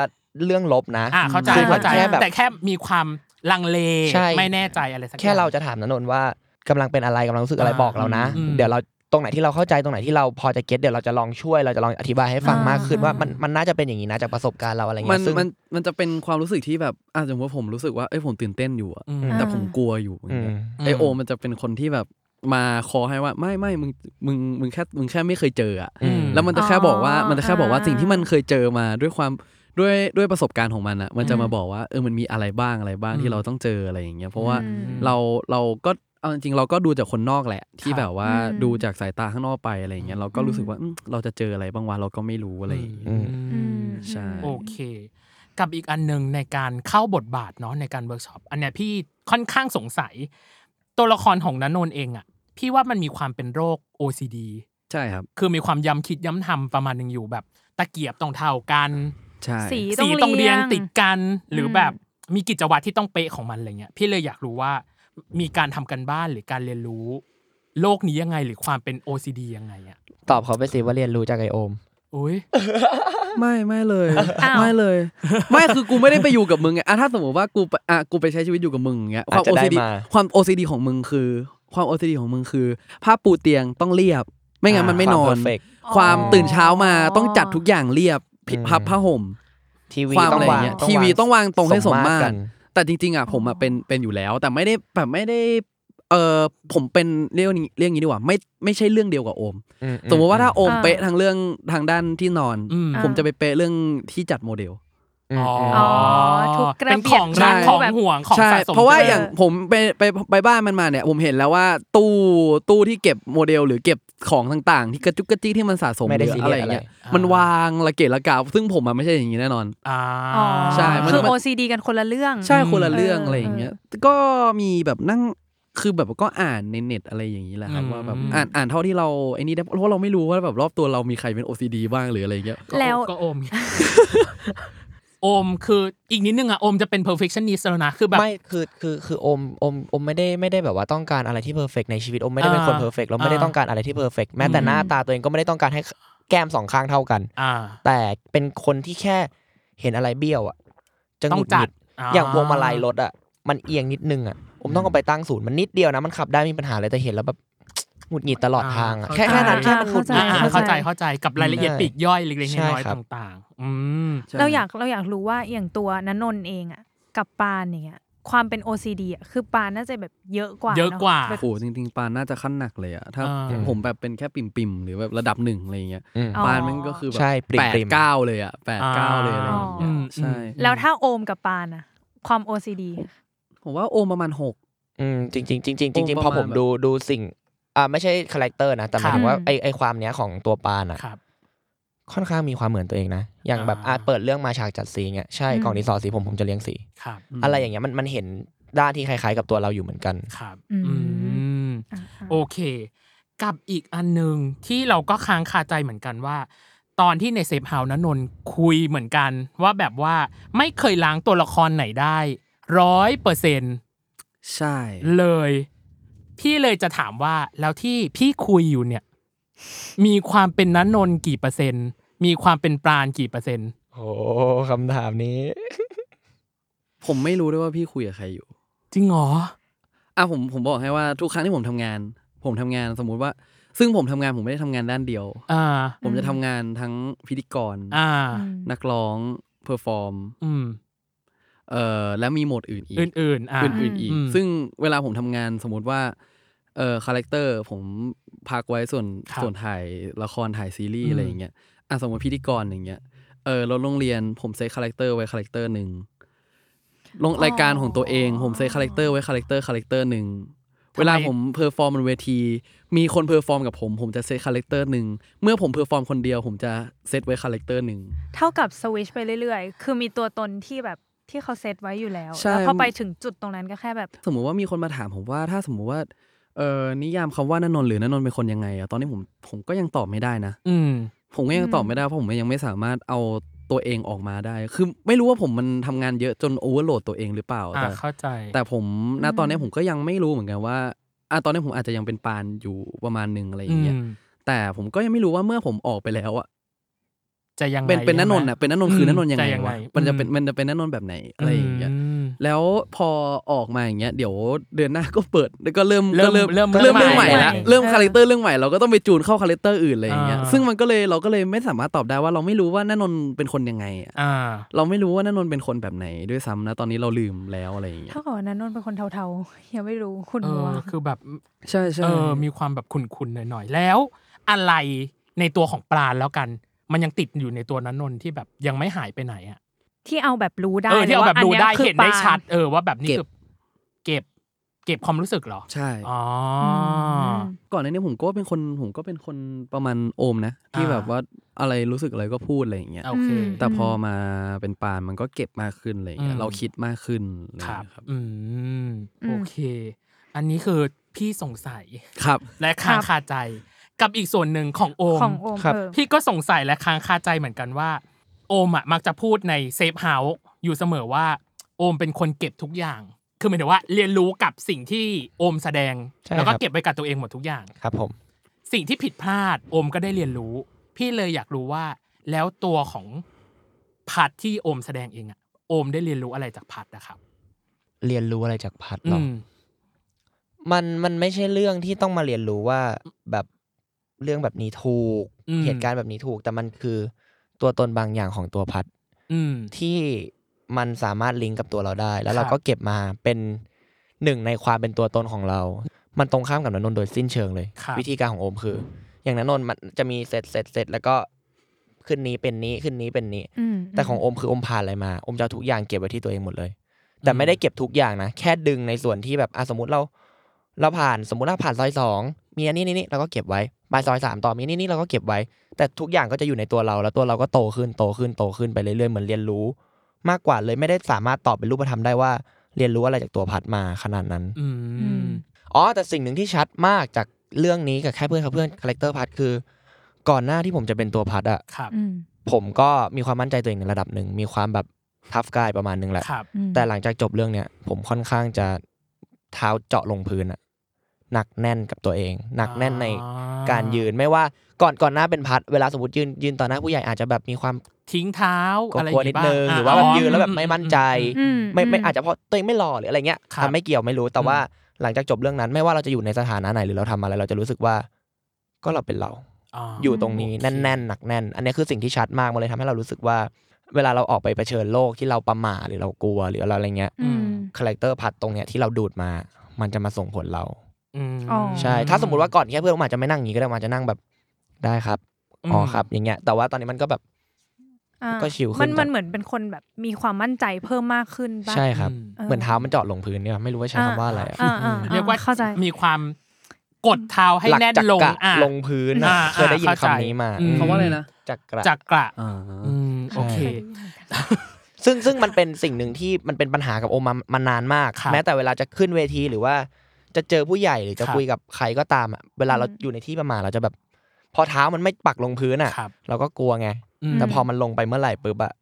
เรื่องลบนะ
อ่าเข้าใจ
คือ
เข้าใจ
แค่แบบ
แต่แค่มีความลังเล
ใช่
ไม่แน่ใจอะไรสักอย่ง
แค่เราจะถามนนนท์ว่ากำลังเป็นอะไรกำลังรู้สึกอะไร
อ่า
บอกเรานะ
อืม
เดี๋ยวเราตรงไหนที่เราเข้าใจตรงไหนที่เราพอจะเก็ตเดี๋ยวเราจะลองช่วยเราจะลองอธิบายให้ฟัง
อ่าม
มากขึ้นว่า
อ่ามั
มันมันน่าจะเป็นอย่างนี้นะจากประสบการณ์เราอะไร
มั
เงี้
น
ยซึ่ง
มันมันจะเป็นความรู้สึกที่แบบอ่ะสมมติว่าผมรู้สึกว่าเอ้ยผมตื่นเต้นอยู่อะ
อืม
แต่ผมกลัวอยู่อย่างเงี้ย
อืม
ไอโอมันจะเป็นคนที่แบบมาคอให้ว่าไม่ไม่มึงมึงมึงแค่มึงแค่ไม่เคยเจออะ
อืม
แล้วมันจะแค่บอกว่า
อ๋อ
มันจะแค่บอกว่า
อ่า
สิ่งที่มันเคยเจอมาด้วยความด้วยด้วยประสบการณ์ของมันอะมันจะมาบอกว่าเออมันมีอะไรบ้างอะไรบ้าง
อื
ที่
ม
เราต้องเจออะไรอย่างเงี้ยเพราะว่า
อืม
เราเราก็เอาจริงๆเราก็ดูจากคนนอกแหละ ที่
ครับ
แบบว่า
อืม
ดูจากสายตาข้างนอกไปอะไรอย่างเงี้ยเราก็รู้สึกว่าอืมเราจะเจออะไรบ้างวะเราก็ไม่รู้อะไรอย่างเงี้ย
อืม
อืม
ใช่
โอเค กับอีกอันหนึ่งในการเข้าบทบาทเนาะในการเวิร์กช็อปอันเนี้ยพี่ค่อนข้างสงสัย ตัวละครของนันนนท์เองอะพี่ว่ามันมีความเป็นโรค OCD
ใช่ครับ
คือมีความย้ำคิดย้ำทำประมาณหนึ่งอยู่แบบตะเกียบต้องเท่ากัน
ใช่
สี
สีต้องเรียงติดกัน
ม
หรือแบบมีกิจวัตรที่ต้องเป๊ะของมันอะไรเงี้ยพี่เลยอยากรู้ว่ามีการทำกันบ้านหรือการเรียนรู้ โลกนี้ยังไงหรือความเป็น OCD ยังไงอ่ะ
ตอบเขาไปสิว่าเรียนรู้จากไอโอม
อุ้ย
ไม่ไม่เลย
อ้าว
ไม่เลย ไม่คือกูไม่ได้ไปอยู่กับมึงไงอ่ะถ้าสมมติว่ากูไปอ่ะกูไปใช้ชีวิตอยู่กับมึงอย่างเงี้ยความ
อาจจะ
OCD
ได้มา
ความ OCD ของมึงคือ ความ OCD ของมึงคือผ้าปูเตียงต้องเรียบ ไม่งั้นมันไม่นอ
ควา
น
perfect
ความ
อ๋อ
ตื่นเช้ามาต้องจัดทุกอย่างเรียบ
อืม
พับผ้าห่ม
ทีวี
ความ
ต้องวา
อะ
ง
ไรเงี้ย
ต้
ทีวีต้องวางตรงให้สมมาตร
กัน
แต่จริงๆอ่ะผมอ่ะเป็นเป็นอยู่แล้วแต่ไม่ได้แบบไม่ได้เออผมเป็นเรื่องนี้เรื่องนี้ดีกว่าไม่ไม่ใช่เรื่องเดียวกับโอม สมมติว่าถ้าโอม
อ่า
เป๊ะทางเรื่องทางด้านที่นอน
อืม
ผม
อ่า
จะไปเป๊ะเรื่องที่จัดโมเดล
อ๋ออ
อทุกกระเบียด
เป็นของรัก
ใช่
ของห่วงของ
ใช่
สะสม
เพราะว่า
ใช่ไหม
อย่างผมไปไปไปบ้านมันมาเนี่ยผมเห็นแล้วว่าตู้ตู้ที่เก็บโมเดลหรือเก็บของต่างๆ ที่กระจุกกระจี้ที่มันสะสม
ไม่ได้
หรือ
ซี
อะ
เรี
ไร
ยส
อย่างเงี้ย
อะไร
มันวางระเกะระกะซึ่งผมอ่ะไม่ใช่อย่างนี้แน่นอน
อ่า
อ๋อ
ใช่มัน
คือ
มัน
OCD กันคนละเรื่อง
ใช่คนละเรื่อง
เออ
อะไรอย่างเงี้ย ก็มีแบบนั่ง คือแบบก็อ่านในเน็ตอะไรอย่างนี้แหละครับว่าแบบอ่านอ่านเท่าที่เราไอ้นี่ได้เพราะเราไม่รู้ว่าแบบรอบตัวเรามีใครเป็น OCD บ้างหรืออะไรอย่างเงี้ย
ก็
แล้ว
ก็โอมไง โอมคืออีกนิดนึงอ่ะโอมจะเป็น perfectionist แล้วนะคือแบบ
ไม่คือคือคือโอมโอมโอมไม่ได้ไม่ได้แบบว่าต้องการอะไรที่เพอร์เฟกในชีวิตโอมไม่ได้เป็นคน
อ่า
เพอร์เฟกเราไม่ได้
อ่า
ต้องการอะไรที่เพอร์เฟกแม้แต่หน้าตาตัวเองก็ไม่ได้ต้องการให้แก้มสองข้างเท่ากัน
อ่า
แต่เป็นคนที่แค่เห็นอะไรเบี้ยวอ่ะจะห
ต้อง
งุดห
จัด
งิดอย่างพวงมาลัยรถอ่ะมันเอียงนิดนึงอ่ะโอมต้องเอาไปตั้งศูนย์มันนิดเดียวนะมันขับได้ไม่มีปัญหาเลยแต่เห็นแล้วแบบ หงุดหงิดตลอดทางอ่ะแค่แค่นั้นแค่มันหงุดหงิ
อ่า
ด
อ่าเข้าใจเข้าใจกับรายละเอียด
ใช่
ปลีกย่อยเล็กๆ
ใช่
น้อย
ค
ๆ
รั
ต
บ
่างๆ อืม
เราอยากเราอยากรู้ว่าอย่างตัวนันนนท์เองอะกับปานอย่างเงี้ยความเป็น OCD อะคือปานน่าจะแบบเยอะกว่า
เยอะกว่า
นแบบ
โหจริงๆปานน่าจะขั้นหนักเลยอะถ้า
อ่า
ผมแบบเป็นแค่ปิ่มๆหรือแบบระดับหนึ่งอะไรอย่างเงี้ย
อืม
อ๋อ
ปานมันก็คือแบบ
ใช่ปริ่มๆ
แปดเก้าเลยอะแปดเก้าเลยอะไรอย่าง
อ๋
เงี้ย
อ
ใช่
แล้วถ้าโอมกับปานอะความ OCD
ผมว่าโอมประมาณหก
อืมจริงจริงจริงจริงจริง
ประมาณ
พอผม
แบบ
ดูดูสิ่งอ่าไม่ใช่คาแรคเตอร์นะแต่หมาย
ค
ถึ
รั
ง
บ
ว่าไอไอความเนี้ยของตัวปานอ่ะ
ครับ
ค่อนข้างมีความเหมือนตัวเองนะ อย่างแบบ
อ่า
อาเปิดเรื่องมาฉากจัดสีเงี้ยใช่
อืม
กล่องดินสอสีผมผมจะเลี้ยงสี
ครับ
อะไรอย่างเงี้ยมันมันเห็นด้านที่คล้ายๆกับตัวเราอยู่เหมือนกัน
ครับ
อืม
อืม
อ่ะ
โอเค กับอีกอันหนึ่งที่เราก็ค้างคาใจเหมือนกันว่า ตอนที่ในเซฟเฮาส์นนนท์คุยเหมือนกัน ว่าแบบว่าไม่เคยล้างตัวละครไหนได้ร้อยเปอร์เซ็น
ใช่
เลย พี่เลยจะถามว่าแล้วที่พี่คุยอยู่เนี่ย มีความเป็นนันนนท์กี่เปอร์เซ็นต์ มีความเป็นปราณกี่เปอร์เซ็นต์
โอ้คำถามนี้
ผมไม่รู้ด้วยว่าพี่คุยกับใครอยู่
จริงเหรอ
อ่ะผมผมบอกให้ว่าทุกครั้งที่ผมทำงาน ผมทำงานสมมุติว่า ซึ่งผมทำงานผมไม่ได้ทำงานด้านเดียว
อ่า
ผมจะ
อืม
ทำงานทั้งพิธีกร
อ่า
อืม
นักร้องเพอร์ฟอร์ม
อืม
เอ่อและมีโหมดอื่นอีก
อื่นๆ อ่า
อื่นๆอีก
อืม
ซึ่งเวลาผมทำงานสมมุติว่า เอ่อคาแรคเตอร์ผมพักไว้ส่วน
ครับ
ส่วนถ่ายละครถ่ายซีรี
อืม
ส์อะไรอย่างเงี้ย อ่ะสมมติพิธีกรอย่างเงี้ย เออเราโรงเรียนผมเซตคาแรคเตอร์ไว้คาแรคเตอร์หนึ่งลงรายการของตัวเอง ผมเซตคาแรคเตอร์ไว้คาแรคเตอร์คาแรคเตอร์หนึ่ง เวลาผมเพอร์ฟอร์มบนเวที มีคนเพอร์ฟอร์มกับผม ผมจะเซตคาแรคเตอร์หนึ่ง เมื่อผมเพอร์ฟอร์มคนเดียว ผมจะเซตไว้คาแรคเตอร์หนึ่ง
เท่ากับสวิชไปเรื่อยๆ คือมีตัวตนที่แบบที่เขาเซตไว้อยู่แล้ว
ใช่
แล้วพอไปถึงจุดตรงนั้นก็แค่แบบ
สมมุติว่ามีคนมาถามผมว่าถ้าสมมุติว่าเออนิยามคำว่านนนท์หรือนนนท์เป็นคนยังไงอะตอนนี้ผมผมก็ยังตอบไม่ได้นะ
อืม
ผมก็ยังตอบไม่ได้เพราะผมยังไม่สามารถเอาตัวเองออกมาได้ คือไม่รู้ว่าผมมันทำงานเยอะจนโอเวอร์โหลดตัวเองหรือเปล่า
อ่า
แต่
เข้าใจ
แต่ผมณตอนนี้
อืม
ผมก็ยังไม่รู้เหมือนกันว่าอ่ะตอนนี้ผมอาจจะยังเป็นปานอยู่ประมาณหนึ่งอะไรอย่างเงี้ย
ม
แต่ผมก็ยังไม่รู้ว่าเมื่อผมออกไปแล้วอะ
จะยังไง
เป็นเป็นนนนท์
ใช่ไหม
อะเป็นนนนท์คืออนนนท์ยังไง
จะยังไง
วะมันจะเป็น
อื
มันจะเป็นนนนท์แบบไหนอะไรอย่างเงี้ย
ม
แล้วพอออกมาอย่างเงี้ยเดี๋ยวเดือนหน้าก็ เปิดแล้วก็เริ่ม
เริ่ม
ก็
เริ่ม
เริ่มเรื่องใหม่
เริ่มใหม่
ละเริ่ม
เออ
คาแรคเตอร์เรื่องใหม่เราก็ต้องไปจูนเข้าคาแรคเตอร์อื่นอะไรอย่างเงี้ย
อ่า
ซึ่งมันก็เลยเราก็เลยไม่สามารถตอบได้ว่าเราไม่รู้ว่าแน่นนเป็นคนยังไงอะ
อ่า
เราไม่รู้ว่าแน่นนเป็นคนแบบไหนด้วยซ้ำนะตอนนี้เราลืมแล้วอะไรอย่างเงี้ย
เท่ากับว่านันนนท์เป็นคนเทาๆ ยังไม่รู้คุณ
เอ
มัว
อ คือแบบ
ใช่ใช่
เออ มีความแบบขุนๆหน่อยๆ แล้ว อะไรในตัวของปลาณแล้วกัน มันยังติดอยู่ในตัวนันนนท์ที่แบบยังไม่หายไปไหนอ่ะ
ที่เอาแบบรู้ได้
เออ ที่เอาแบบดูได้เห็นได้ชัด เออ ว่าแบบนี้
เก็บ
คือเก็บ เก็บความรู้สึกเหรอ
ใช่
อ๋ออ
ก่อนหน้านี้ผมก็เป็นคนผมก็เป็นคนประมาณโอมนะ ที่
อ่า
แบบว่าอะไรรู้สึกอะไรก็พูดอะไรอย่างเงี้ย
โอเค
แต่พอมาเป็นปานมันก็เก็บมากขึ้นอะไรอย่างเงี้
อื
ย
ม
เราคิดมากขึ้นอะไอย่าง
ค
เงี้
รั
ย
บ อืม
อืม
โอเค อันนี้คือพี่สงสัย
ครับ
และค้างคาใจกับอีกส่วนหนึ่งของโอม
ของโอม
ครับ
เออ
พี่ก็สงสัยและค้างคาใจเหมือนกันว่า โอมอ่ะมักจะพูดในเซฟเฮาส์อยู่เสมอว่า โอมเป็นคนเก็บทุกอย่าง คือหมายถึงว่าเรียนรู้กับสิ่งที่โอมแสดง
ใช่
แล้วก็
ครับ
เก็บไว้กับตัวเองหมดทุกอย่าง
ครับผม
สิ่งที่ผิดพลาดโอมก็ได้เรียนรู้ พี่เลยอยากรู้ว่า แล้วตัวของพัดที่โอมแสดงเองอ่ะโอมได้เรียนรู้อะไรจากพัดนะครับ
เรียนรู้อะไรจากพัด
อื
หรอ
ม
มันมันไม่ใช่เรื่องที่ต้องมาเรียนรู้ว่าแบบเรื่องแบบนี้ถูก
อืม
เหตุการณ์แบบนี้ถูก แต่มันคือตัวตนบางอย่างของตัวพัด
อืม
ที่มันสามารถลิงก์กับตัวเราได้ แล้
ครับ
วเราก็เก็บมาเป็นหนึ่งในความเป็นตัวตนของเรา มันตรงข้ามกับนันนนท์โดยสิ้นเชิงเลย
ครับ
วิธีการของโอมคือ อย่างนันนนท์มันจะมีเสร็จเสร็จเสร็จแล้วก็ขึ้นนี้เป็นนี้ขึ้นนี้เป็นนี้
อืม
แต่ของโอมคือโอมผ่านอะไรมาโอมจะเอาทุกอย่างเก็บไว้ที่ตัวเองหมดเลย แต่ไม่ได้เก็บทุกอย่างนะ แค่ดึงในส่วนที่แบบอ่ะสมมติเรา เราผ่านสมมติเราผ่านซอยสองมีอันนี้นี่นี่เราก็เก็บไว้ไปซอยสามต่อมีนี่นี่เราก็เก็บไว้ แต่ทุกอย่างก็จะอยู่ในตัวเรา แล้วตัวเราก็โตขึ้นโตขึ้นโตขึ้นไปเรื่อยๆเหมือนเรียนรู้ มากกว่าเลยไม่ได้สามารถตอบเป็นรูปธรรมได้ว่า เรียนรู้อะไรจากตัวพัดมาขนาดนั้น
อื
อื
ม
ม
อ๋อแต่สิ่งหนึ่งที่ชัดมากจากเรื่องนี้กับแค่เพื่อนครับเพื่อนคาแรคเตอร์พัดคือ ก่อนหน้าที่ผมจะเป็นตัวพัดอะ
ครับ
อืม
ผมก็มีความมั่นใจตัวเองในระดับหนึ่ง มีความแบบทัฟกายประมาณหนึงแหละ
ครับ
แต่หลังจากจบเรื่องเนี่ย ผมค่อนข้างจะเท้าเจาะลงพื้นอะหนักแน่นกับตัวเอง หนักแน่นใน
อ่า
การยืนไม่ว่าก่อนก่อนหน้าเป็นพัด เวลาสมมติยืนยืนต่อหน้าผู้ใหญ่อาจจะแบบมีความ
ทิ้งเท้าอะไรอก
ลัว
ย่าง
นิด
บ้าง
นึง
ะ
หรือว่าแบบ
อ๋อ
ยืนแล้วแบบไม่มั่นใจ
อืม
ไม่ไม่
ม
อาจจะเพราะตัวเองไม่หล่อหรืออะไรเงี้ย
ครับ
อ่ะไม่เกี่ยวไม่รู้แต่ว่าหลังจากจบเรื่องนั้น ไม่ว่าเราจะอยู่ในสถานะไหนหรือเราทำอะไร เราจะรู้สึกว่า ก็เราเป็นเรา
า
อยู่ตรงนี้
โอเค
แน่นๆหนักแน่น อันนี้คือสิ่งที่ชัดมากมันเลยทำให้เรารู้สึกว่า เวลาเราออกไปเผชิญโลกที่เราประหม่าหรือเรากลัวหรือเราอะไรเงี้ย
อืม
คาแรคเตอร์พัดตรงเนี้ยที่เราดูดมา มันจะมาส่งผลเรา
อืม
อ๋อ
ใช่ ถ้าสมมติว่าก่อนแค่เพื่อนผมอาจจะไม่นั่งอย่างนี้ก็ได้ผมอาจจะนั่งแบบได้ครับอ๋อ
ม
ครับ อย่างเงี้ย แต่ว่าตอนนี้มันก็แบบ
อ่า
ก็ชิลขึ้น
มัน
จาก
มันเหมือนเป็นคนแบบมีความมั่นใจเพิ่มมากขึ้นปะ
ใช่ครับ
อืม
เออ
เหมือนเท้ามันเจาะลงพื้นเนี่ยไม่รู้ว่าใช้
อ่า
คำว่าอะไรอะ
อ่าอ่า
เรียกว่า
เข้าใจ
มีความกดเท้าให้
หลัก
แน่น
จัก
ลง
กะ
อ่ะ
ลงพื้นอะ
อ่า
เคยได้ยิน
เข้าใจ
คำนี้มา
อืม
คำว่าอะไรนะ
จักกะ
จักระ
อ่า
อืมโอเค
ซึ่งซึ่งมันเป็นสิ่งหนึ่งที่มันเป็นปัญหากับโอมมามานานมาก
ครับ
แม้แต่เวลาจะขึ้นเวทีหรือว่า จะเจอผู้ใหญ่หรือจะ
ครับ
คุยกับใครก็ตามอะเวลาเรา
อืม
อยู่ในที่ประมาณเราจะแบบ พอเท้ามันไม่ปักลงพื้นอ่ะ
ครับ
เราก็กลัวไง
อืม
แต่พอมันลงไปเมื่อไหร่ปุ๊บอะ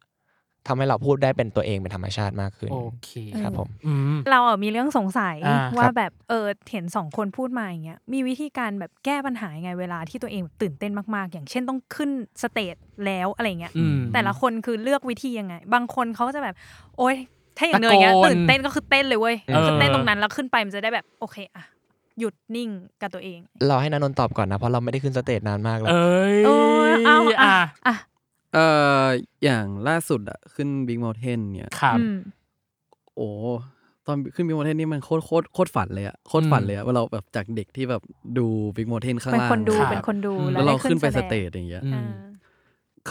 ทำให้เราพูดได้เป็นตัวเองเป็นธรรมชาติมากขึ้น
โอเค
ครับผม
อืม
เราเออมีเรื่องสงสัย
อ่า
ว่า
ครับ
แบบเออเห็นสองคนพูดมาอย่างเงี้ยมีวิธีการแบบแก้ปัญหายังไงเวลาที่ตัวเองตื่นเต้นมากๆ อย่างเช่นต้องขึ้นสเตจแล้วอะไรเงี้ย
อืม
แต่ละคนคือเลือกวิธียังไง บางคนเขาจะแบบ โอ๊ยถ้าอย่างเนยเงี้ย
ตะโกน
ตื่นเต้นก็คือเต้นเลยเว้ย
เออ
คือเต้นตรงนั้นแล้วขึ้นไปมันจะได้แบบโอเคอะหยุดนิ่งกับตัวเอง
เราให้นานนท์ตอบก่อนนะ เพราะเราไม่ได้ขึ้นสเตจนานมากแล้ว
เอ้ย
โอ้ยเอา
อ่ะ
อ่ะอ่ะ
เอ่ออย่างล่าสุดอะขึ้น Big Mountain เนี่ย
ครับ
อืม
โอ้ตอนขึ้น Big Mountain นี่มันโคตรโคตรโคตรฝันเลยอะโคตรฝันเลยอะว่าเราแบบจากเด็กที่แบบดู Big Mountain ข้าง
เป็น
ล่าง
คนดู
ครับ
เป็นคนดู
อืม
แล้วเรา
ด้
ขึ้นไป
แด
ส
ง
เตจอย่างเงี้ย
อื
อ่าม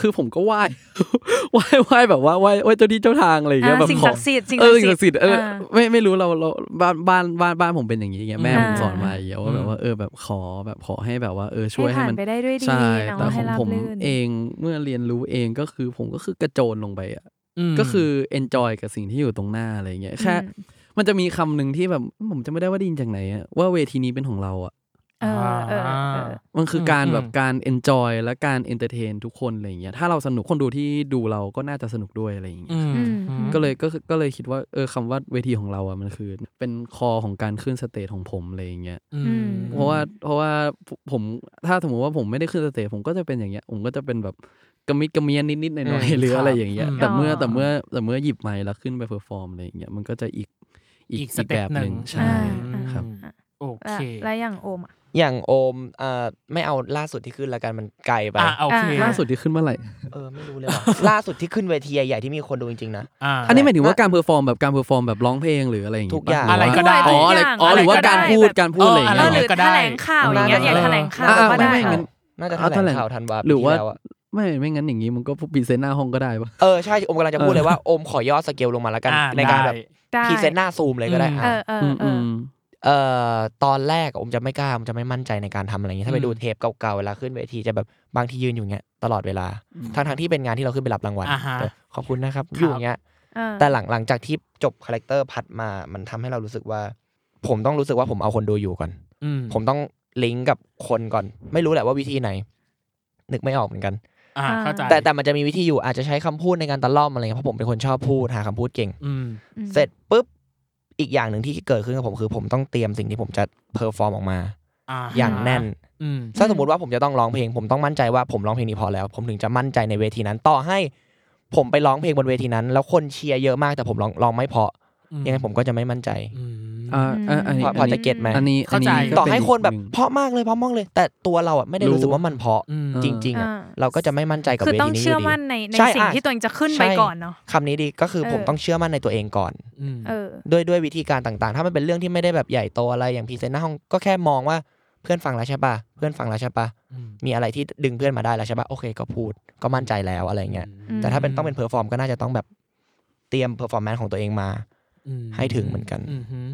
คือผมก็ไหว้ ไหว้ไหว้แบบว่าไหว้ไหว้เจ้าที่เจ้าทางอะไรอย่างเงี้ย
อ่า
แบบ
สิ่ง
ขอ
ศักดิ์สิทธิ์สิ่ง
เออสิ่งศักดิ์สิทธิ์เอออา ไม่ไม่รู้เราเราบ้านบ้านบ้านบ้านผมเป็นอย่างนี้อย่างเงี้ยแม่
อืม
ผมสอนมา
อ่า
อย่างเงี้ยว่าแบบว่าเออแบบขอแบบขอให้แบบว่าเออช่วยให้
ให้ผ่าน
มัน
ไปได้ด้วยดี
ใช่
เนาะ
แต่
ให้
ของ
ราบ
ผม
รื่น
เองเมื่อเรียนรู้เองก็คือผมก็คือกระโจนลงไปอ่ะ
ม
ก็คือ enjoy กับสิ่งที่อยู่ตรงหน้าอะไรอย่างเงี้ยแค่
อืม
มันจะมีคำหนึ่งที่แบบผมจะไม่ได้ว่าไดยินจากไหนอะว่าเวทีนี้เป็นของเราอ่ะ
เออเออเออ
มันคือการ
ม
แบบการ enjoy และการ entertain ทุกคนอะไรอย่างเงี้ยถ้าเราสนุกคนดูที่ดูเราก็น่าจะสนุกด้วยอะไรอย่างเงี้ย
อืม
อืม
อืม
ก็เลยก็คือก็เลยคิดว่าเออคำว่าเวทีของเราอ่ะมันคือ เป็นคอของการขึ้นสเตจของผมอะไรอย่างเงี้ย
อืม
อื
เพราะว่าเพราะว่าผมถ้าสมมติว่าผมไม่ได้ขึ้นสเตจผมก็จะเป็นอย่างเงี้ยผมก็จะเป็นแบบกระมิดกระเมียนนิดๆหน่อย
อืม
ๆหรืออะไร
ครับ
อย่างเงี้ย
อืม
แต่เมื่อ
อ๋อ
แต่เมื่อแต่เมื่อหยิบไมค์แล้วขึ้นไปเพอร์ฟอร์มอะไรอย่างเงี้ยมันก็จะอีกอีก
อีกส
อีก
เต็
แบ
ป
บหนึ่
ห
ง
นึ่ง
ใช่
อ่า
อืม
อ่า
ครับ
อ่า
โอ
แล้ว
เค
แล้วอย่างโอมอะ
อย่างโอมเอ่อไม่เอาล่าสุดที่ขึ้นละกันมันไกลไป
อ่ะโอเค
อ่ะ
ล่าสุดที่ขึ้นเมื่อไหร่
เออไม่รู้เลยว่ะ ล่าสุดที่ขึ้นเวทีใหญ่ๆที่มีคนดูจริงๆนะ
อ่า
อันนี้หมายถึงว่าการเพอร์ฟอร์มแบบการเพอร์ฟอร์มแบบร้องเพลงหรืออะไรอย่างเงี้ย
ทุกอย่าง
ป
อะไรก็ได้
อ๋ออะไรอ๋อหรือว่าการพูดการพูดอะไรอย่าง
เออ
เงี้
ย ห
เหร
รือ อแถลงข่าวอย่างเงี้ย
อะไร
อย่างแถลง
ก็ได้
ข่าว
อ่า
ก็
ไม่
ได้
ไม่งั้น
น่าจะ
เอา
แถ
แถ
ล
ล
ง
ง
ข่าวทันวา
หรือ
ปี
ว่า
ที่แล้วอะ
ไม่ไม่งั้นอย่างงี้มันก็พรีเซนต์หน้าห้องก็ได้ปะ
เออใช่โอมกำลังจะพูดเลยว่าโอมขอย่อสเกลลงมาละกัน
อ่
ในการแบบ
ได้
พรีเซนต์หน้าซูมเลยก็ได้
เอ
อ่ะ
อเออ
อืม
เอ
อื
อ
ม
เอ่อตอนแรกอะอมจะไม่กล้าอมจะไม่มั่นใจในการทำอะไรอย่างเงี้ยถ้าไป
อืม
ดูเทปเก่าๆเวลาขึ้นเวทีจะแบบบางทียืนอยู่เงี้ยตลอดเวลาทั้งทงๆที่เป็นงานที่เราขึ้นไปรับรางวัล
อ่าฮะ
เออขอบคุณนะครับอยู่อย่างเงี้ย
เออ
แต่หลังหลังจากที่จบคาแรคเตอร์พัดมามันทำให้เรารู้สึกว่า ผมต้องรู้สึกว่าผมเอาคนดูอยู่ก่อน
อืม
ผมต้องลิงก์กับคนก่อน ไม่รู้แหละว่าวิธีไหน นึกไม่ออกเหมือนกัน
อ่าเข้าใจ
แต่แต่มันจะมีวิธีอยู่อาจจะใช้คำพูดในการตะล่อมอะไรเงี้ยเพราะผมเป็นคนชอบพูดหาคำพูดเก่ง
อืม
อืม
เสร็จปุ๊บอีกอย่างหนึ่งที่เกิดขึ้นกับผมคือผมต้องเตรียมสิ่งที่ผมจะเพอร์ฟอร์มออกมา
อ่า
อย่างแน่น
อืม
ถ้าสมมติว่าผมจะต้องร้องเพลง ผมต้องมั่นใจว่าผมร้องเพลงนี้พอแล้ว ผมถึงจะมั่นใจในเวทีนั้น ต่อให้ผมไปร้องเพลงบนเวทีนั้น แล้วคนเชียร์เยอะมากแต่ผมร้องร้องไม่เพราะ
อืม
ยังไงผมก็จะไม่มั่นใจ
อืม
อ่าอ่าอันนี้
พอพอจะเก็ตไหม
อันนี้
เข้าใจ
นนี้ก็
ต่อให้
เป็ก
คนแบบ
หง
เพราะมากเลยเพราะมากเลย แต่ตัวเราอ่ะไม่ได้
รู้
รู้สึกว่ามันเพราะ
อืม
จริงๆอ่ะ
อ่า
เราก็จะไม่มั่นใจกับ
คือ
เว
ต้อง
ทีนี้อ
เชื่อยู่
ดี
มั่นในใน
ใช่
สิ่ง
อ่ะ
ที่ตัวเองจะขึ้นไป
ใช่
ก่อนเนาะ
คำนี้ดีก็คือ
เออ
ผมต้องเชื่อมั่นในตัวเองก่อน
อืม
เออ
ด้วยด้วยวิธีการต่างๆ ถ้ามันเป็นเรื่องที่ไม่ได้แบบใหญ่โตอะไรอย่างพรีเซนต์หน้าห้องก็แค่มองว่าเพื่อนฟังแล้วใช่ปะเพื่อนฟังแล้วใช่ปะ
อืม
มีอะไรที่ดึงเพื่อนมาได้แล้วใช่ปะโอเคก็พูดก็มั่นใจแล้วอะไรเงี้ย
อืม
แต่ถ้าเป็นต้องเป็นเพอร์ฟอร์มก็น่าจะต้องแบบเตรียมเพอร์ฟอร์แมนซ์ของตัวเองมา
อืม
ให้ถึงเหมือนกัน
หื
อืม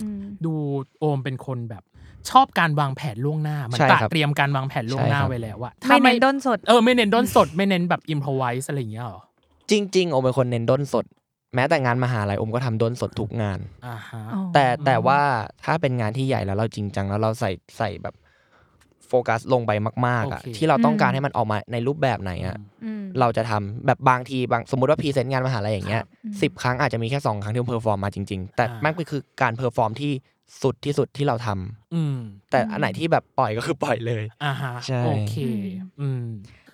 อืม
ดูโอมเป็นคนแบบชอบการวางแผนล่วงหน้าเหมัน
ใช่
ตระ
ครับ
เตรียมการวางแผนล่วงหน้า
ใช่ครับ
ไว้แล้วอะ
ไม่เน้นด้นสด
เออไม่เน้นด้นสด ไม่เน้นแบบอิมพอไวส์อะไรอย่างเงี้ยหรอ
จริง ๆ โอมเป็นคนเน้นด้นสด แม้แต่งานมหาลัยโอมก็ทำด้นสดทุกงาน
อ่าฮะ
อ๋อ
แต่แต่ว่าถ้าเป็นงานที่ใหญ่แล้วเราจริงจังแล้วเราใส่ใส่แบบโฟกัสลงไปมากๆอะ
โอเค
ที่เราต้องการ
อืม
ให้มันออกมาในรูปแบบไหนอะ
อืม
เราจะทำแบบบางทีบางสมมติว่าพรีเซนต์งานมหาลัยอย่างเงี้ย
อืม
สิบครั้งอาจจะมีแค่สองครั้งที่ผมเพอร์ฟอร์มมาจริง ๆ แต่
อ่ามั
มันก็คือการเพอร์ฟอร์มที่สุดที่สุดที่เราทำ
อืม
แต่อันไหนที่แบบปล่อยก็คือปล่อยเลย
อ่าฮะ
ใช่
โอเค อืม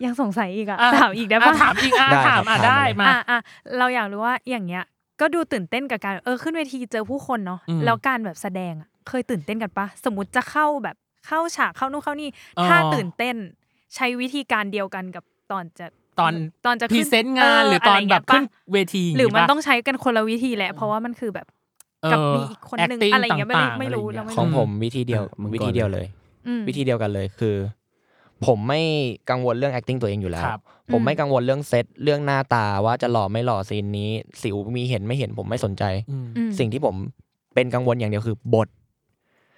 ยังสงสัยอีกอะ
ะ
ถามอีกได้ปะ
ถามอีกอ่ะ
ได้ครับ
ถามอ่ะ
ถาม
ได้
เลย
มา
อ่ะอ่ะเราอยากรู้ว่าอย่างเงี้ย ก็ดูตื่นเต้นกับการเออขึ้นเวทีเจอผู้คนเนาะ
อืม
แล้วการแบบแสดงอะเคยตื่นเต้นกันปะสมมติจะเข้าแบบเข้าฉากเข้านู่นเข้านี่
อ๋อ
ถ้าตื่นเต้น ใช้วิธีการเดียวกันกับตอนจะ
ตอน
ตอนจะ
พรี
ขึ้น
เซนต์งานหรือตอนแบบ
ะ
ขึ้
ไย่า
น
งเงี้ยปะ
เวทีย่าง
หรือ
งี้
มัน
ปะ
ต้องใช้กันคนละวิธีแหละ เพราะว่ามันคือแบบ
เออ
กับมีอีกคนนึง
acting
อะไรอย่างเงี้ยไม่รู้เราไม่รู้
ต่างๆอะไรอย่าง
เรา
เงี้ย
ไม่
ข
รู้
องผมวิธีเดียว
อ่ะมึงก่อน
วิธีเดียวเลย
อืม
วิธีเดียวกันเลยคือ ผมไม่กังวลเรื่อง acting ตัวเองอยู่แล้ว
ครับ
ผม
อืม
ไม่กังวลเรื่องเซตเรื่องหน้าตาว่าจะหล่อไม่หล่อซีนนี้ สิวมีเห็นไม่เห็นผมไม่สนใจ
อืม
อืม
สิ่งที่ผมเป็นกังวลอย่างเดียวคือบท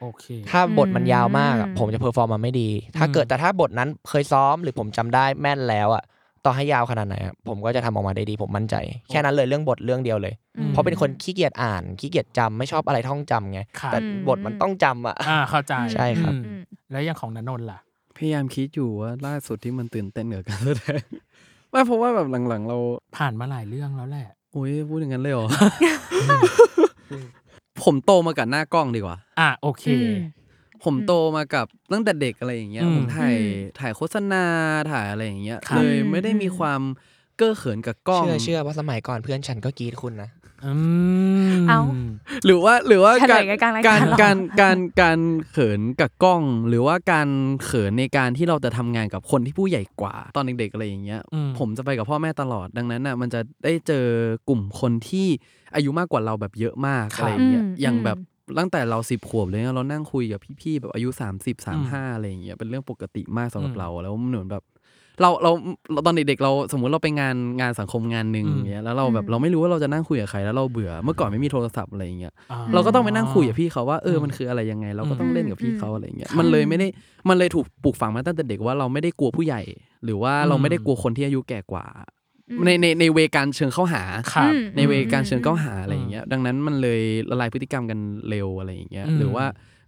โอเค
ถ้าบทมันยาวมากอะ
อืม
ผมจะเพอร์ฟอร์มมาไม่ดี ถ้า
อืม
เกิดแต่ถ้าบทนั้นเคยซ้อมหรือผมจำได้แม่นแล้วอะต่อให้ยาวขนาดไหนอะผมก็จะทำออกมาได้ดี ผมมั่นใจ แค่นั้นเลยเรื่องบทเรื่องเดียวเลย
อืม
เพราะเป็นคนขี้เกียจอ่านขี้เกียจจำไม่ชอบอะไรท่องจำไง
ครับ
แต่บทมันต้องจำอะ
อ่าเข้าใจ
ใช่ครับ
อืมแล้วอย่างของนันนนท์ล่ะ
พยายามคิดอยู่ว่าล่าสุดที่มันตื่นเต้นเหนือการแสดง ไม่เพราะว่าแบบหลังๆ เรา
ผ่านมาหลายเรื่องแล้วแหละ
โอ้ยพูดอย่างนั้นเลยเหรอ ผมโตมากับหน้ากล้องดีกว่า
อ่ะโอเค
อืม
ผมโตมากับตั้งแต่เด็กอะไรอย่างเงี้ย
อืม
ผมถ่าย
อืม
ถ่ายโฆษณาถ่ายอะไรอย่างเงี้ย
ครับ
เลย
อืม
ไม่ได้มีความเก้อเขินกับกล้อง
เชื่อเชื่อว่าสมัยก่อนเพื่อนฉันก็กรีดคุณนะ
อืม
เอา
หรือว่าหรือว่า
เฉล
การ
ยกันกลางราย
กา
การ รเหรอ
การการการเขินกับกล้อง หรือว่าการเขินในการที่เราจะทำงานกับคนที่ผู้ใหญ่กว่า ตอนเด็กๆอะไรอย่างเงี้ย
อืม
ผมจะไปกับพ่อแม่ตลอดดังนั้นน่ะมันจะได้เจอกลุ่มคนที่อายุมากกว่าเราแบบเยอะมากอะไรอย่างเงี้ย
อืม
อย่าง
อืม
แบบตั้งแต่เราสิบขวบเลยนะเรานั่งคุยกับพี่ๆแบบอายุ 30 35อะไรอย่างเงี้ยเป็นเรื่องปกติมากสำหรับ
อืม
เราแล้วมันเหมือนแบบ เราเราเราตอนเด็กๆเราสมมุติเราไปงานงานสังคมงานหนึ่ง
อืม
อย่างเงี้ยแล้วเราแบบเราไม่รู้ว่าเราจะนั่งคุยกับใครแล้วเราเบื่อเมื่อก่อนไม่มีโทรศัพท์อะไรอย่างเงี้ย
อ่
เราก็ต้องไปนั่งคุยกับพี่เขาว่าเอออ
ม
มันคืออะไรยังไง เราก็
อืม
ต้องเล่นกับพี่
อืม
เขาอะไรอย่างเงี้ย
ค่ะ
มันเลยไม่ได้มันเลยถูกปลูกฝังมาตั้งแต่เด็กว่าเราไม่ได้กลัวผู้ใหญ่ หรือว่าเรา
อืม
ไม่ได้กลัวคนที่อายุแก่กว่า ในในในเวการเชิงเข้าหา
ครับ
อืม
ในเวการเชิงเข้าหาอะไรอย่า
อืม
งเงี้ยดังนั้นมันเลยละลายพฤติกรรมกันเร็วอะไรอย่างเงี้ย
อืม
หรือว่า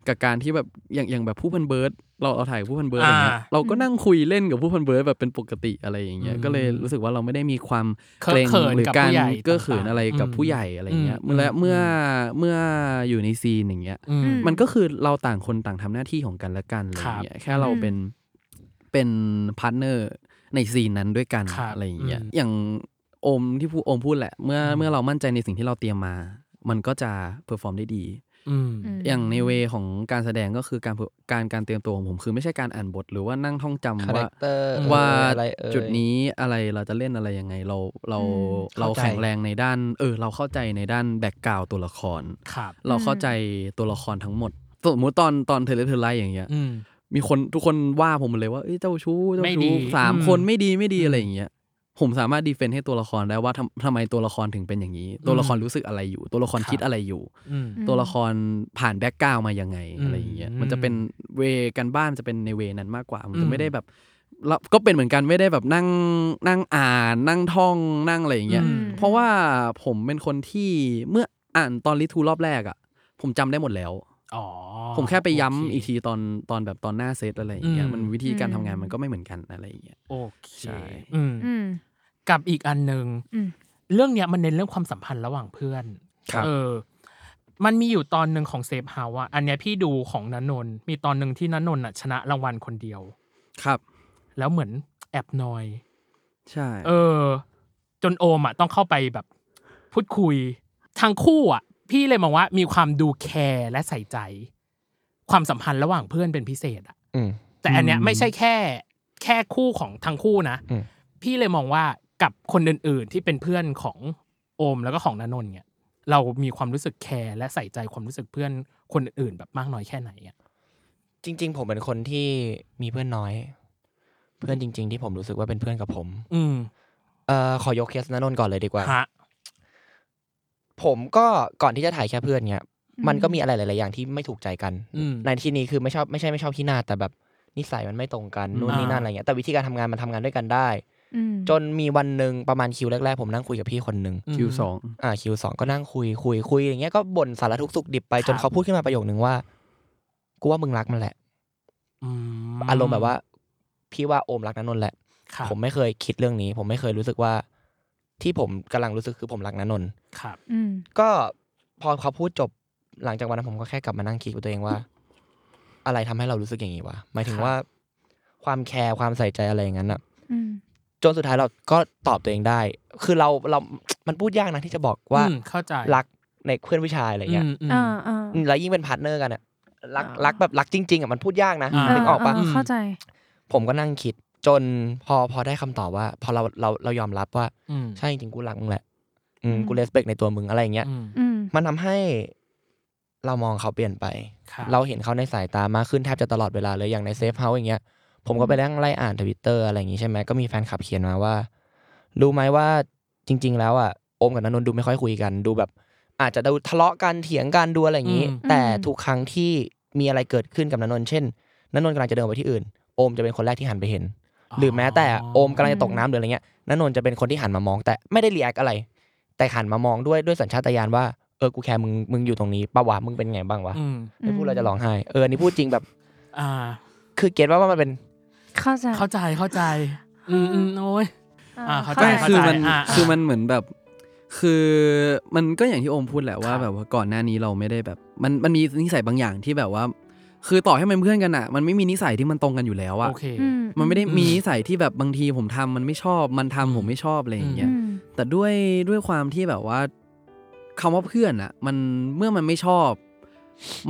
กับการที่แบบอย่างอย่างแบบผู้พันเบิร์ดเราเราถ่ายผู้พันเบิร์ดอะไรเงี้ย
อ่า
เราก็นั่งคุยเล่นกับผู้พันเบิร์ดแบบเป็นปกติอะไรอย่างเงี้ย
อืม
ก็เลยรู้สึกว่าเราไม่ได้มีความ
เค
เก
อะ
รง
เขิน
หรือ
กับ
กา
ผู้
ร
ใหญ่
เก้อเขินอะไรกับ
ต่างๆ
ผู้ใหญ่อะไรเงี้ย
อืม
และเมื่อ
อื
เมื่ออยู่ในซีนอย่างเงี้ย
อืม
มันก็คือเราต่างคนต่างทำหน้าที่ของกันและกันอะไรอย่างเงี้ยแค่เรา
อืม
เป็นเป็นพาร์ทเนอร์ในซีนนั้นด้วยกัน
ครับ
อะไรอย่างเงี้ย
อืม
อย่างโอมที่พูดโอมพูดแหละ เมื่อ
อืม
เมื่อเรามั่นใจในสิ่งที่เราเตรียมมา มันก็จะเพอร์ฟอร์มได้ดี
อืม
ม
อย่างในเวของการแสดงก็คือการ per- การการเตรียมตัวของผมคือไม่ใช่การอ่านบท หรือว่านั่งท่องจำ
คาแร
ว่า
คเตอร์
ว่า
อะไรเอ่ย
จุดนี้อะไรเราจะเล่นอะไรยังไงเราเรา
อืม
เรา
เข้าใจ
แข็งแรงในด้าน เออ เราเข้าใจในด้านแบ็กกราวตัวละคร
ครับ
เราเข้าใจตัวละครทั้งหมด สมมติตอนตอนเทเลเทอร์ไลท์อย่างเงี้ย
อืม
มีคนทุกคนว่าผมหมดเลยว่าเอ้ยเจ้าชู้เจ้า
ไม่ดี
ชู้สาม
อืม
คนไม่ดีไม่ดี
อืม
อะไรอย่างเงี้ย ผมสามารถดีเฟนต์ให้ตัวละครได้ว่าทำทำไมตัวละครถึงเป็นอย่างนี้ ตัวละครรู้สึกอะไรอยู่ ตัวละคร
ครับ
คิดอะไรอยู่
อืม
ตัวละครผ่านแบ็กกราวมายังไง
อืม
อะไรอย่างเงี้ย
อืม
มันจะเป็นเวกันบ้านมันจะเป็นในเวนั้นมากกว่า มัน
อื
จะ
ม
ไม่ได้แบบเราก็เป็นเหมือนกันไม่ได้แบบนั่งนั่งอ่านนั่งท่องนั่งอะไรอย่างเงี้ย
อืม
เพราะว่าผมเป็นคนที่เมื่ออ่านตอนลิทูรอบแรกอ่ะ ผมจำได้หมดแล้ว
อ๋อ
ผมแค่ไป
โเค
ย้ำอีกทีตอนตอนแบบตอนหน้าเซตอะไรอย่างเงี้ย
อืม
มันวิธีการ
อืม
ทำงานมันก็ไม่เหมือนกันอะไรอย่างเงี้ย
โอเค
ใช่
อืม
อืม
กับอีกอันหนึ่ง
อืม
เรื่องเนี้ยมันเน้นเรื่องความสัมพันธ์ระหว่างเพื่อน
ครับ
เออ มันมีอยู่ตอนหนึ่งของเซฟเฮาอะอันเนี้ยพี่ดูของนนนท์มีตอนหนึ่งที่นนนท์อะชนะรางวัลคนเดียว
ครับ
แล้วเหมือนแอบนอย
ใช่
เออ จนโอมอะต้องเข้าไปแบบ พูดคุยทางคู่อะพี่เลยมองว่ามีความดูแคร์และใส่ใจ ความสัมพันธ์ระหว่างเพื่อนเป็นพิเศษอะ
อืม
แต่อันเนี้ยไม่ใช่แค่แค่คู่ของทั้งคู่นะ
อืม
พี่เลยมองว่ากับคนอื่นๆที่เป็นเพื่อนของโอมแล้วก็ของนนนท์เนี่ย เรามีความรู้สึกแคร์และใส่ใจความรู้สึกเพื่อนคนอื่นๆแบบมากน้อยแค่ไหนอ่ะ
จริง ๆ ผมเป็นคนที่มีเพื่อนน้อย เพื่อนจริง ๆ ที่ผมรู้สึกว่าเป็นเพื่อนกับผม
อืม
เอ่อขอยกเคสนนนท์ก่อนเลยดีกว่า
ฮะ
ผมก็ก่อนที่จะถ่ายแค่เพื่อนเนี่ย
อืม
มันก็มีอะไรหลาย ๆ อย่างที่ไม่ถูกใจกัน
อืม
ในที่นี้คือไม่ชอบไม่ใช่ไม่ชอบที่หน้าแต่แบบนิสัยมันไม่ตรงกันนู่น
อ่านี่
นี่นั่นอะไรเงี้ยแต่วิธีการทำงานมันทำงานด้วยกันได้
อืม
จนมีวันหนึ่งประมาณคิวแรก ๆ ผมนั่งคุยกับพี่คนหนึ่ง
คิวสอง
อ่าคิวสองก็นั่งคุยคุยคุยอย่างเงี้ยก็บ่นสารทุกข์สุขดิบไป
ครับ
จนเขาพูดขึ้นมาประโยคนึงว่ากูว่ามึงรักมันแหละ
อืม
อารมณ์แบบว่า พี่ว่าโอมรักนันนนท์แหละ
ครับ
ผมไม่เคยคิดเรื่องนี้ ผมไม่เคยรู้สึกว่า ที่ผมกำลังรู้สึกคือผมรักนันนนท์
ครับ
อืม
ก็พอเขาพูดจบหลังจากวันนั้นผมก็แค่กลับมานั่งคิดกับตัวเองว่า อะไรทำให้เรารู้สึกอย่างนี้วะหมายถึงว่า ความแคร์ความใส่ใจอะไรอย่างนั้นอะ
อืม
จนสุดท้ายเราก็ตอบตัวเองได้ คือเราเรา มันพูดยากนะที่จะบอกว่า
อืมเข้าใจ
รักในเพื่อนผู้ชายอะไรอย่างเงี้ย
อืมอืม
อ่าอ่า
แล้วยิ่งเป็นพาร์ทเนอร์กันอะรัก
อ่ารั
รักแบบรักจริงๆอะมันพูดยากนะ
อ่า
นึกออกปะ
เเข้าใจ
ผมก็นั่งคิดจนพอพอได้คำตอบว่า พอเราเราเรายอมรับว่า
อืม
ใช่จริงๆกูรักมึงแหละอืม
อืม
กูเลสเ c กในตัวมึงอะไรอย่างเงี้ย
อืม
อืม
มันทำให้เรามองเขาเปลี่ยนไป
คบ
เราเห็นเขาในสายตามากขึ้นแทบจะตลอดเวลาเลยอย่างในเซฟเฮาส์อย่างเงี้ย ผมก็ไปนั่งไล่อ่านทวิตเตอร์อะไรอย่างงี้ใช่ไหมก็มีแฟนคลับเขียนมาว่า รู้ไหมว่าจริง ๆ แล้วอ่ะโอมกับนนนท์ดูไม่ค่อยคุยกันดูแบบ อาจจะดูทะเลาะกันเถียงกันดูอะไรอย่างงี้
อืม
แต่ทุกครั้งที่มีอะไรเกิดขึ้นกับนนนท์เช่นนนนท์กำลังจะเดินไปที่อื่น โอมจะเป็นคนแรกที่หันไปเห็น หรือแม้แต่โอมกำลังจะตกน้ำหรืออะไรเงี้ยนนนท์จะเป็นคนที่หันมามอง แต่ไม่ได้รีแอคอะไร แต่หันมามองด้วยด้วยสัญชาตญาณว่าเออกูแคร์มึงมึงอยู่ตรงนี้ปะวะมึงเป็นไงบ้างวะ
อืม
ไม่พูดเราจะร้องไห้เอออันนี้พูดจริงแบบ
อ่า
คือเก็ตว่าว่ามันเป็น
เข้าใจ
เข้าใจเข้าใจ อืมอืมโอ้ย อ่าเข้าใจ
ไม่คือมัน
อ่าอ่า
คือมันเหมือนแบบ คือมันก็อย่างที่โอมพูดแหละว่าแบบว่าก่อนหน้านี้เราไม่ได้แบบ มันมันมีนิสัยบางอย่างที่แบบว่า คือต่อให้มันเพื่อนกันอ่ะ มันไม่มีนิสัยที่มันตรงกันอยู่แล้วอ่ะ
โอเค
อื
มันไม่ได้
อืม
มีนิสัยที่แบบบางทีผมทำมันไม่ชอบมันทำผมไม่ชอบอะไรอย่างเงี้ย
อืม
แต่ด้วยด้วยความที่แบบว่าคำว่าเพื่อนอะมันเมื่อมันไม่ชอบ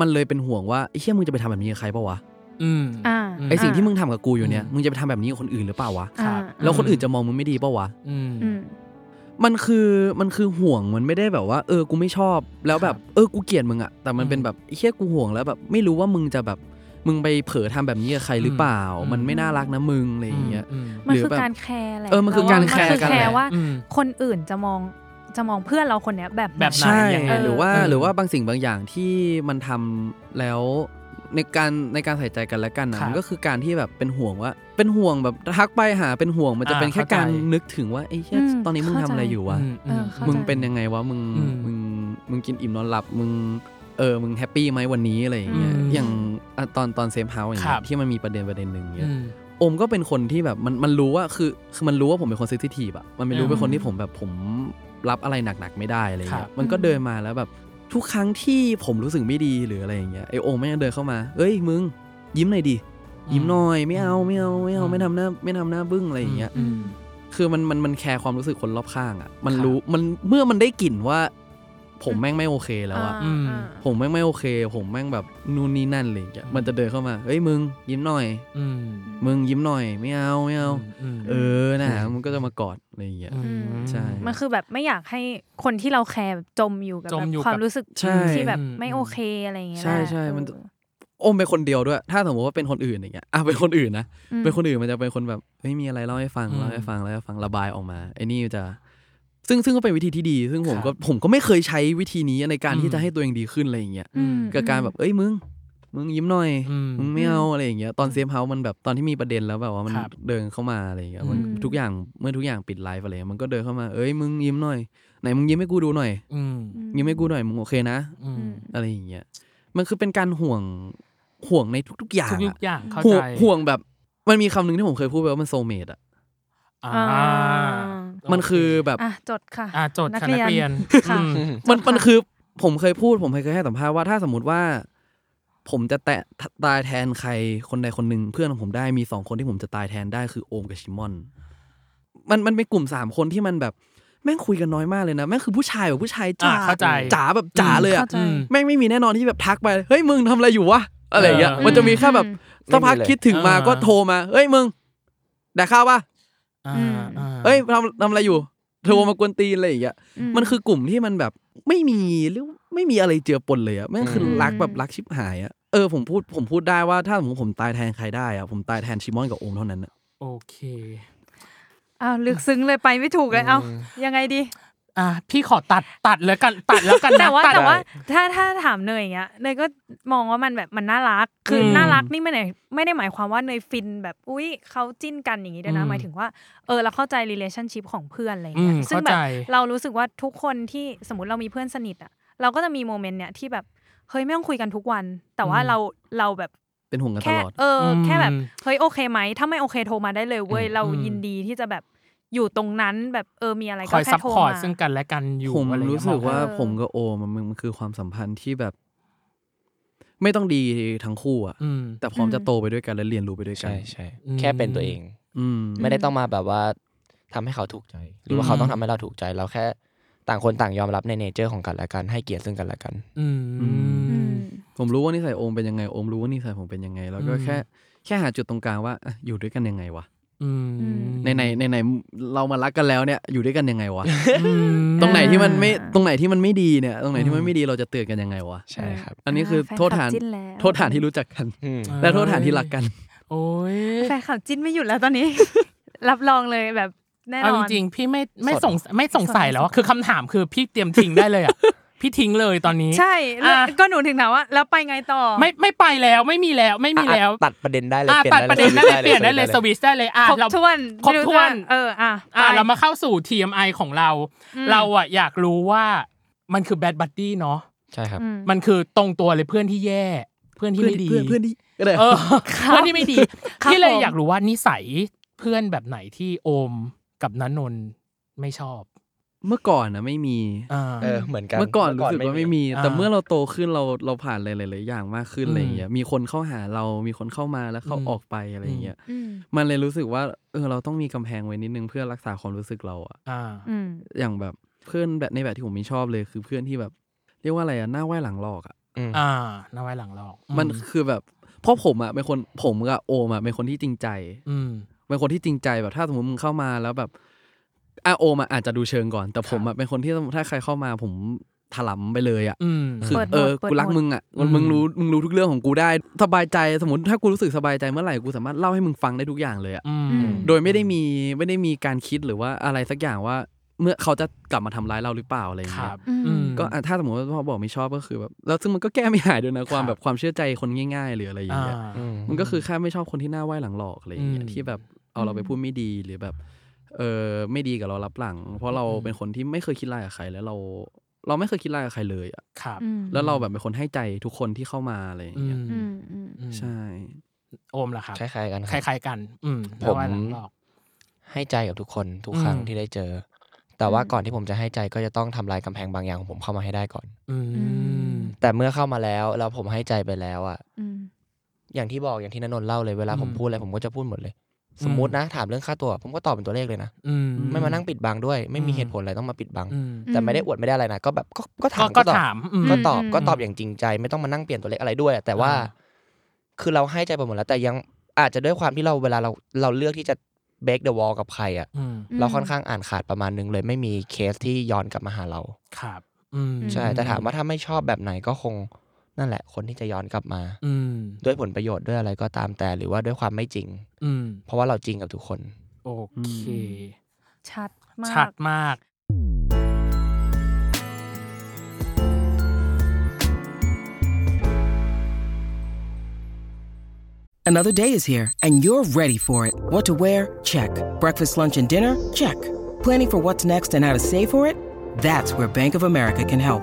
มันเลยเป็นห่วงว่าไอ้เชี่ยมึงจะไปทำแบบนี้กับใครเปล่าวะ
อืม
อ่า
ม
ไอสิ่งที่มึงทำกับกูอยู่เนี่ย
อืม
มึงจะไปทำแบบนี้กับคนอื่นหรือเปล่าวะ
ครั
อ่า
บ
แล้วคนอื่นจะมองมึงไม่ดีเปล่าวะ
อืม
อืม
มันคือมันคือห่วงมันไม่ได้แบบว่า เออกูไม่ชอบ แล้วแบบเออกูเกลียดมึงอะแต่มันเป็น
อืม
แบบไอ้เชี่ยกูห่วงแล้วแบบ ไม่รู้ว่ามึงจะแบบมึงไปเผลอทำแบบนี้กับใครหรือเปล่า
อืม
มันไม่น่ารักนะมึงอะไรอย่างเงี้ย
อืม
มัน
หรือ
คือ
แบบ
การแคร์แหละ
เออมันคือการแคร์
เว่า
กัน
แค
แหละ
ร์ว่า
อืม
คนอื่นจะมองจะมองเพื่อนเราคนเนี้ยแบบไหน
แบบไหน
ใช่
ยังไง
หรือว่า
เออ
หรือว่าบางสิ่งบางอย่างที่มันทำแล้วในการในการใส่ใจกันและกันนะครับ มันก็คือการที่แบบเป็นห่วงว่า เป็นห่วงแบบทักไปหาเป็นห่วงมันจะ
อ่า
เป็นแค่
เข้าใจ
การนึกถึงว่าไอ้เชี่ย
อืม
ตอนนี้มึงทำ
เข้าใจ
อะไรอยู่วะ
อืมอืม
เออเข้าใจ
มึงเป็นยังไงวะมึง
อืม
มึงมึงกินอิ่มนอนหลับมึงเออมึงแฮปปี้ไหมวันนี้อะไรอย่างเงี้ย
อืม
อย่างอ่ะตอนตอนเซฟเฮาส์อย่าง
ค
เงี้
รั
ย
บ
ที่มันมีประเด็นประเด็นหนึ่งเงี้ย
อืม
โอมก็เป็นคนที่แบบมันมันรู้ว่าคือคือมันรู้ว่าผมเป็นคนเซนซิทีฟอะมันไม่รู้
อืม
เป็นคนที่ผมแบบผมรับอะไรหนักๆไม่ได้อะไร
ครั
เงี้
บ
ยมันก็เดินมาแล้วแบบทุกครั้งที่ผมรู้สึกไม่ดีหรืออะไรอย่างเงี้ยไอโอมแม่งเดินเข้ามา เอ้ยมึง ยิ้มหน่อยดิยิ้มหน่อยไม่เอาไม่เอาไม่เอาไม่ทำหน้าไม่ทำหน้าบึ้งอะไรอย่างเงี้ย
อืม
คือมันมันมันแคร์ความรู้สึกคนรอบข้างอะมัน
ครับ
รู้มันเมื่อมันได้กลิ่นว่า ผมแม่งไม่โอเคแล้วอะ
อืม
อ่า
ผมแม่งไม่โอเค ผมแม่งแบบนู่นนี่นั่นอะไรอย่างเงี้ยมันจะเดินเข้ามาเอ้ยมึง ยิ้มหน่อย
อืม
มึงยิ้มหน่อยไม่เอาไม่เอา
อืม
เออนะ
อืม
มันก็จะมากอดอะไรอย่างเงี้ย
อืม
ใช่
มันคือแบบไม่อยากให้คนที่เราแคร์แบบจมอยู่กับ
จม
แบบ
อยู่กับ
ความรู้สึก
ใช่
ที่แบบ
อืม
ไม่โอเคอะไรอย่างเงี้ย
ใช่ใช่
แหละ
มันจะ
เออ
โอมเป็นคนเดียวด้วย ถ้าสมมติว่าเป็นคนอื่นอย่างเงี้ยอ่ะเป็นคนอื่นนะ
อืม
เป็นคนอื่นมันจะเป็นคนแบบเฮ้ยมีอะไรเล่าให้ฟัง
อืม
เล่าให้ฟังเล่าให้ฟังระบายออกมาไอ้นี่จะ ซึ่งซึ่งก็เป็นวิธีที่ดี ซึ่งผม
ครับ
ก็ผมก็ไม่เคยใช้วิธีนี้ในการ
อืม
ที่จะให้ตัวเองดีขึ้นอะไรอย่างเงี้ย
อืม
กับการแบบเอ้ยมึง มึงยิ้มหน่อย
อืม
มึงไม่เอาอะไรอย่างเงี้ยตอนเซฟเฮาส์มันแบบตอนที่มีประเด็นแล้วแบบว่ามัน
ครับ
เดินเข้ามาอะไรอย่างเงี้ยมัน
อืม
ทุกอย่างเมื่อทุกอย่างปิดไลฟ์อะไรเงี้ยมันก็เดินเข้ามาเอ้ยมึงยิ้มหน่อยไหนมึงยิ้มให้กูดูหน่อย
อืม
อื
ยิ้มให้กูหน่อยมึงโอเคนะ
อืม
อะไรอย่างเงี้ย มันคือเป็นการห่วงห่วงในทุกๆอย่าง
ทุกยุ
อะ
คอย่างเข้า
ห่ว
ใจ
งห่วงแบบ มันมีคำหนึ่งที่ผมเคยพูดไปว่ามันโซเมดอ่ะ
อ่า
อ่า
มันคือแบบ
อ่ะจดค่ะ
อ่าจด
นัก
ค่ะ
เรียน
นักเรียน
ค่ะ
อืม
มันมันคือผมเคยพูด ผมเคยให้สัมภาษณ์ว่าถ้าสมมติว่า ผมจะแตะตายแทนใครคนใดคนหนึ่งเพื่อนของผมได้มีสองคนที่ผมจะตายแทนได้คือโอมกับชิมอน มันมันเป็นกลุ่มสามคนที่มันแบบแม่งคุยกันน้อยมากเลยนะแม่งคือผู้ชายแบบผู้ชายจ๋า
อ่าเข้าใจ
จ๋าแบบจ๋าเลยอะ
เข้าใจ
อืม
แม่งไม่มีแน่นอนที่แบบทักไป เฮ้ยมึงทำอะไรอยู่วะ อะไรอย่างเงี้ย
เออ
มันจะมีแค่แบบสักพัก
ไม่มีเลย
คิดถึงมา
อ่า
ก็โทรมา เฮ้ยมึงได้ข้าวปะ
อ่าอ่า
เฮ้ยทำทำอะไรอยู่ โทรมากวนตีนอะไรอย่างเงี้ย
ม
มันคือกลุ่มที่มันแบบไม่มีหรือไม่มีอะไรเจือปนเลยอะแม่งคืออ
ม
รักแบบรักชิบหายอะเออผมพูดผมพูดได้ว่าถ้าสมมติผมตายแทนใครได้อะผมตายแทนชิมอนกับโอมเท่านั้นอะ
โอเค
อ้าวลึกซึ้งเลยไปไม่ถูกเลยเอ้ายังไงดี
อ่าพี่ขอตัดตัดเลยกันตัดแล้วกันนะ
แต่ว่า
ด
แต่ว่าถ้าถ้าถามเนยอย่างเงี้ยเนยก็มองว่ามันแบบมันน่ารัก คืออ
ม
น่ารักนี่ไม่ได้ไม่ได้หมายความว่าเนยฟินแบบอุ้ยเขาจิ้นกันอย่างงี้ด้วยนะ
อืม
หมายถึงว่าเออเราเข้าใจ relationship ของเพื่อนอะไรเงี้ย
อืม
ซึ่งแบบ
เข้าใจ
เรารู้สึกว่าทุกคนที่สมมติเรามีเพื่อนสนิทอ่ะเราก็จะมีโมเมนต์เนี้ยที่แบบเฮ้ยไม่ต้องคุยกันทุกวัน แต่ว่าเราเราแบบ
เป็นห่วงกันต
แค่
ลอด
เอออ
ม
แค่แบบเฮ้ยโอเคไหมถ้าไม่โอเคโทรมาได้เลยเว้ย
อืม
เรา
อืม
ยินดีที่จะแบบอยู่ตรงนั้นแบบเออมีอะไร
ค
ก็
อย
แค่
ซัพ
โทร
พอร์ต
มา
ซึ่งกันและกันอยู่
ผม
อะไรเงี้ย
รู้สึกว่า
เออ
ผมกับโอมอะมันมันคือความสัมพันธ์ที่แบบ ไม่ต้องดีทั้งคู่อะ
อืม
แต่พร้อม
อืม
จะโตไปด้วยกันและเรียนรู้ไปด้วยกัน
ใช่ใช่
อืม
แค่เป็นตัวเอง
อืม
ไม่ได้ต้องมาแบบว่าทำให้เขาถูกใจ หรือว่าเขาต้องทำให้เราถูกใจ เราแค่ต่างคนต่างยอมรับในเนเจอร์ของกันและกันให้เกียรติซึ่งกันและกัน
อืม
อื
อืม
ผมรู้ว่านิสัยโอมเป็นยังไงโอมรู้ว่านิสัยผมเป็นยังไง แล้วก็
อืม
แค่แค่หาจุดตรงกลางว่าอ่ะอยู่ด้วยกันยังไงวะ
อืม
อืม
ในไหนในไหนเรามารักกันแล้วเนี่ยอยู่ด้วยกันยังไงวะ
อืม
ตรงไหนที่มันไม่
อ่า
ตรงไหนที่มันไม่ดีเนี่ย ตรงไหนที่มั
อื
น
ม
ไม่ดีเราจะเตือนกันยังไงวะ
ใช่ครับ
อันนี้คือ
แฟลับ
โทษฐาน
จิ้แล้ว
โทษฐานที่รู้จักกัน
อืม
และโทษฐานที่รักกัน
โอ้ย
แฟนขับจิ้นไม่หยุดแล้วตอนนี้ รับรองเลยแบบแน่นอน
เอาจริงๆพี่ไม่ไม่
สด
สงสัยไม่สงสัยแล้วอะคือคำถามคือพี่เตรียมทิ้งได้เลยอ่ะ พี่ทิ้งเลยตอนนี้
ใช่แล้ว
อ่ะ
ก็หนูถึงถามว่า แล้วไปไงต่อ
ไม่ไม่ไปแล้วไม่มีแล้วไม่มีแล้ว
อ่ะตัดประเด็นได้เลย
อ่ะ
เปลี่ย
ตัด
น
ประเด็นได้เลยเปลี่ยนได้เลยส
วิต
วิตช
ช์
ได้เลยอ่ะ
ครบ
เรา
ถ้วน
ครบ
ไม่
ถ้วน
เอออ่ะ
อ่ะ
ไป
เรามาเข้าสู่ TMI ของเรา
อืม
เราอ่ะอยากรู้ว่ามันคือแบดบัดดี้เนาะ
ใช่ครับ
อืม
มันคือตรงตัวเลยเพื่อนที่แย่ เพื่อนที่
เพื่อน
ไม่ดี
เพื่อนเพื่อนที่ก็ได้
เออ
ครับ
เพื่อนที่ไม่ดี
ครับ
พี่เลย
ผม
อยากรู้ว่านิสัยเพื่อนแบบไหนที่โอมกับนันนนท์ไม่ชอบ
เมื่อก่อนนะไม่มี
อ่า
เออเหมือนกัน
เมื่อก่อนรู้สึกว่าไม่มี แต่
อ่า
เมื่อเราโตขึ้นเราเราผ่านอะไรหลายๆอย่างมากขึ้น
อืม
อะไรอย่างเงี้ยมีคนเข้าหาเรามีคนเข้ามาแล้วเขา
อืม
ออกไปอะไรอย่างเงี้ย
อืม
มันเลยรู้สึกว่าเออเราต้องมีกำแพงไว้นิดนึงเพื่อรักษาความรู้สึกเราอะ
อ่า
อืม
อย่างแบบเพื่อนแบบในแบบที่ผมไม่ชอบเลยคือเพื่อนที่แบบ เรียกว่าอะไรอะหน้าไหว้หลังหลอกอะ
อืม
อ่าหน้าไว้หลังหลอก
มันคือแบบเพราะผมอะเป็นคนผมกับโอมอะเป็นคนที่จริงใจ
อืม
เป็นคนที่จริงใจแบบถ้าสมมติมึงเข้ามาแล้วแบบอาโอมอะอาจจะดูเชิงก่อน แต่ผมอะเป็นคนที่ถ้าใครเข้ามาผมถลำไปเลยอะ
อืม
คือ
เปิด
เอ
หมด
อ
เปิด
กูรัก
หด
มึงอ่ะ
อืม
มึงรู้ มึงรู้ทุกเรื่องของกูได้ สบายใจ สมมติถ้ากูรู้สึกสบายใจเมื่อไหร่ กูสามารถเล่าให้มึงฟังได้ทุกอย่างเลยอ่ะ
อื
อื
ม
ม
โดยไม่ได้มี ไม่ได้มีการคิดหรือว่าอะไรสักอย่างว่า เมื่อเขาจะกลับมาทำร้ายเราหรือเปล่าอะไรอย่าง
ค
เงี้
รั
ย
บ
อืม
อืม
ก็อ่ะถ้าสมมติว่าพ่อบอกไม่ชอบก็คือแบบ แล้วซึ่งมันก็แก้ไม่หายด้วยนะ ความ
ครับ
แบบความเชื่อใจคนง่ายๆ หรืออะไรอย่างเงี้ย
อ่า
ม
มันก็คือแค่ไม่ชอบคนที่หน้าไหว้หลังหลอกอะไรอย่างเงี้
อื
ย
ม
ที่แบบเอาเราไปพูดไม่ดีหรือแบบเออไม่ดีกับเรารับหลัง เพราะเรา
อืม
เป็นคนที่ไม่เคยคิดร้ายกับใครแล้วเรา เราไม่เคยคิดร้ายกับใครเลยอะ
ครับ
อืม
แล้วเราแบบเป็นคนให้ใจทุกคนที่เข้ามาอะไรอย่างเงี้ย
อื
อื
ม
มอืม
อืม
ใช่
โอมล่ะครับ
คล้ายๆกัน
ค
ครับ
ล้ายๆกัน อืม
ผม
หน้าไว้หลังหลอก
ให้ใจกับทุกคนทุก
อืม
ครั้งที่ได้เจอ แต่ว่า
อืม
ก่อนที่ผมจะให้ใจก็จะต้องทำลายกำแพงบางอย่างของผมเข้ามาให้ได้ก่อน
อืม
แต่เมื่อเข้ามาแล้วแล้วผมให้ใจไปแล้วอ่ะ
อืม
อย่างที่บอกอย่างที่นนท์เล่าเลยเวลา
อืม
ผมพูดอะไรผมก็จะพูดหมดเลย
อืม
สมมตินะ ถามเรื่องค่าตัว ผมก็ตอบเป็นตัวเลขเลยนะ
อืม
ไม่มานั่งปิดบังด้วย ไม่มี
อืม
เหตุผลอะไรต้องมาปิดบัง
อืม
แต่ไม่ได้อวดไม่ได้อะไรนะ ก็แบบก็ก็
ก็
ถาม
ก็
ก็ตอบ
ถามอืม
ก็ตอบ
อืม
ก็ตอบอย่างจริงใจ ไม่ต้องมานั่งเปลี่ยนตัวเลขอะไรด้วย แต่ว่า
อ่า
คือเราให้ใจไปหมดแล้วแต่ยังอาจจะด้วยความที่เราเวลาเราเราเลือกที่จะ break the wall กับใครอ่ะ
อืม
เราค่อนข้างอ่านขาดประมาณนึงเลยไม่มีเคสที่ย้อนกลับมาหาเรา
ครับอืม
ใช่แต่ถามว่าถ้าไม่ชอบแบบไหนก็คงนั่นแหละ คนที่จะย้อนกลับมา
อืม
ด้วยผลประโยชน์ด้วยอะไรก็ตามแต่หรือว่าด้วยความไม่จริง
อืม
เพราะว่าเราจริงกับทุกคน
โอเค
ชัดมาก
ชัดมาก
Another day is here, and you're ready for it. What to wear? Check. Breakfast, lunch, and dinner? Check. Planning for what's next and how to save for it? That's where Bank of America can help.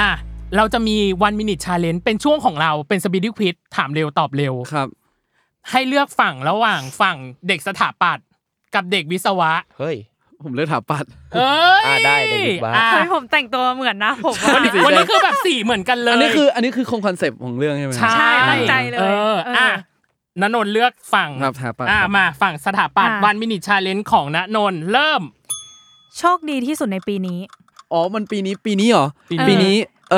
อ่ะ เราจะมี one minute challenge เป็นช่วงของเราเป็น speed quiz ถามเร็วตอบเร็ว
ครับ
ให้เลือกฝั่งระหว่างฝั่งเด็กสถาปัตย์กับเด็กวิศวะ
เฮ้ย
ผมเลือกถาปัด
เอ้ย
อ่ะได้เด็กวิศวะ
อ่
เฮ้ยผมแต่งตัวเหมือนนะผมว่า
วันนี้วันนี้คือแบบสีเหมือนกันเลย
อันนี้คืออันนี้คือคงคอนเซปต์ของเรื่องใช่ไหม
ใช่
ใช่ตั้งใจเลย
เออ
เอออ่
อ่ะณนนท์เลือกฝั่ง
ครับสถาปัตย์
อ่ะ
ครับ
มาฝั่งสถาปัตย์
อ่ะ
วันมินิชาเลนจ์ของณนนท์เริ่ม
โชคดีที่สุดในปีนี้
อ๋อ มันปีนี้ปีนี้เหรอ
ปีนี้
ปีนี้ เอ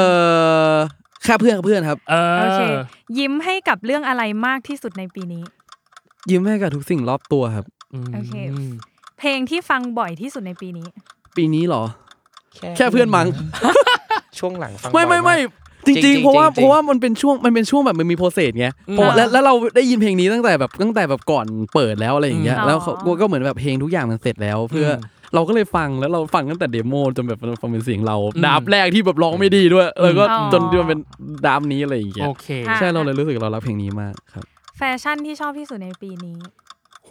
อแค่เพื่อนกับเพื่อนครับ
เออ
โอเค ยิ้มให้กับเรื่องอะไรมากที่สุดในปีนี้
ยิ้มให้กับทุกสิ่งรอบตัวครับ
ม
โอเค เพลงที่ฟังบ่อยที่สุดในปีนี้
ปีนี้เหรอ แค่เพื่อนมั้ง
ช่วงหลังฟัง
ไม่ไม่
บ่
ไม่
อยาก
จ
จริ
ริ
ง
งๆ
ๆ
เพราะว่า
จริงๆ
เพราะว่ามันเป็นช่วงมันเป็นช่วงแบบมันมีโปรเซสไงเพราะแล้วแล้วเราได้ยินเพลงนี้ตั้งแต่แบบตั้งแต่แบบก่อนเปิดแล้วอะไรอย่างเงี้ย
อืม
แล้วเขา
อ๋อ
ก็เหมือนแบบเพลงทุกอย่างมันเสร็จแล้ว เพื่ออเราก็เลยฟังแล้วเราฟังตั้งแต่เดโมจนแบบมันฟังเป็นเสียงเราดาบแรกที่แบบร้องไม่ดีด้วยแล้วก็
อ๋อ
จนจนเป็นดาบนี้อะไรอย่างเงี้ย
โอเค
อ่ะ
ใช่เราเลยรู้สึกเรารักเพลงนี้มากครับ
แฟชั่นที่ชอบที่สุดในปีนี้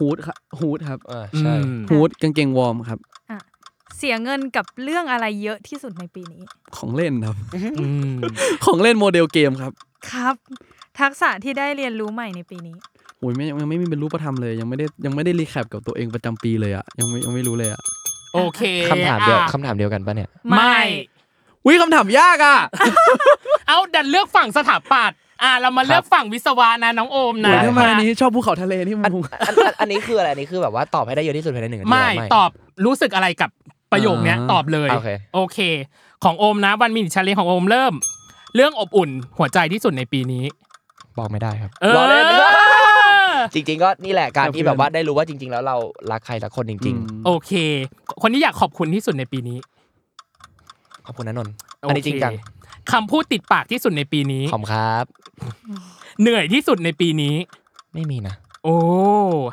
ฮูดครับฮูดครับ
เออใช่
อืม
ฮูดกางเกงวอร์มครับ
เสียเงินกับเรื่องอะไรเยอะที่สุดในปีนี้
ของเล่นครับ
อืม
ของเล่นโมเดลเกมครับ
ครับ ทักษะที่ได้เรียนรู้ใหม่ในปีนี้
โอ้ยไม่ยังไม่มีเป็นรูปธรรมเลยยังไม่ได้ยังไม่ได้รีแคปกับตัวเองประจำปีเลยอะยังไม่ยังไม่รู้เลยอะ
โอเค
คำถามเดียว
อ่ะ
คำถามเดียวกันปะเนี่ย
ไม่
วิคำถามยากอ่ะ
เอาดันเลือกฝั่งสถาปัตย์อ่ะเรามาเลือกฝั่งวิศวะนะน้องโอมนะ
โอ้ยทำไมอันนี้ชอบภูเขาทะเลนี่มึง
อันอันนี้คืออะไรอันนี้คือแบบว่าตอบให้ได้เยอะที่สุดภายในหนึ่งนาที
ไม่
เหร
ตอบรู้สึกอะไรกับประโยคเนี้ย
อ่า
ตอบเลย
โอเค
โอเค ของโอมนะวันมินิชาเลนของโอมเริ่ม เรื่องอบอุ่นหัวใจที่สุดในปีนี้
บอกไม่ได้ครับ
เออ
ล้อเล่นจริง ๆ ก็นี่แหละการที่แบบว่าได้รู้ว่าจริง ๆ แล้วเรารักใครสักคนจริง
โอเค คนที่อยากขอบคุณที่สุดในปีนี้
ๆ ขอบคุณนะนนท์
โเค
อันนี้จริงจัง
คำพูดติดปากที่สุดในปีนี้
ขอบคุณครับ
เหนื่อยที่สุดในปีนี้
ไม่มีนะ
โอ้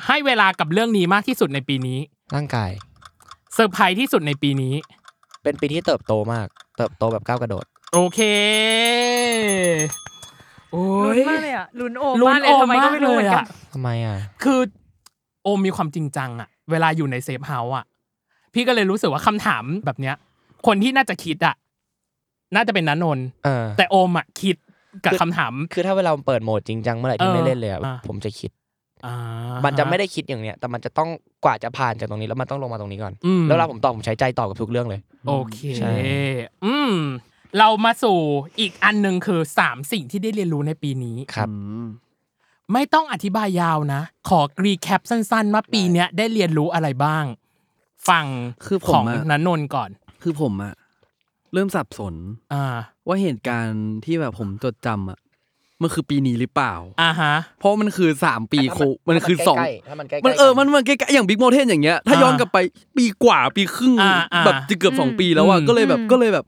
ให้เวลากับเรื่องนี้มากที่สุดในปีนี้
ร่างกาย
เซอร์ไพรส์ที่สุดในปีนี้
เป็นปีที่เติบโตมาก เติบโตแบบก้าวกระโดด
โอเค โอ้
ลุ้น
ย
มากเลยอ่ะลุ้นโอม
ลุ้
มาน กเลย
โอม
ทำไมก็
มาก
ไม่
เล
รู้เหมื
ย
อนกั
อ่ะ
น
ทำไมอ่ะ
คือโอมมีความจริงจังอะเวลาอยู่ในเซฟเฮาส์อะพี่ก็เลยรู้สึกว่าคำถามแบบเนี้ย คนที่น่าจะคิดอะน่าจะเป็นนันนนท์
เออ
แต่โอมอะคิดกับ
คือ
คำถาม
คือถ้าเวลามันเปิดโหมดจริงจังเมื่อไหร่ที่
เออ
ไม่เล่นเลยอะ
อ่ะ
ผมจะคิด
อ่า
มั
มัน
จะไม่ได้คิดอย่างเนี้ย แต่มันจะต้องกว่าจะผ่านจากตรงนี้แล้วมันต้องลงมาตรงนี้ก่อน
อืม
แล้วเวลาผมตอบผมใช้ใจตอบกับทุกเรื่องเลย
โอเค
ใช่
อืม เรามาสู่อีกอันหนึ่งคือสามสิ่งที่ได้เรียนรู้ในปีนี้
ครับ
อืม
ไม่ต้องอธิบายยาวนะ ขอรีแคปสั้นๆ ว่าปีเนี้ยได้เรียนรู้อะไรบ้าง ฝั่ง
คือผ
ขอ
ม
ง
อะ
นันนนท์ก่อน
คือผมอะเริ่มสับสน
อ่า
ว่าเหตุการณ์ที่แบบผมจดจำอะมันคือปีนี้หรือเปล่า
อ่าฮะ
เพราะมันคือสามปีโคมันคือสอง
ถ้ามันใกล้ๆ
มันเออ มันมันใกล้ๆอย่างบิ๊กโมเทนอย่างเงี้ย ถ้า
อ่า
ย้อนกลับไปปีกว่าปีครึ่ง
อ่าอ่า
แบบจะเกือบสอง
อืม
ปีแล้วอ่ะ
อืม
ก็เลยแบบ
อืม
ก็เลยแบบ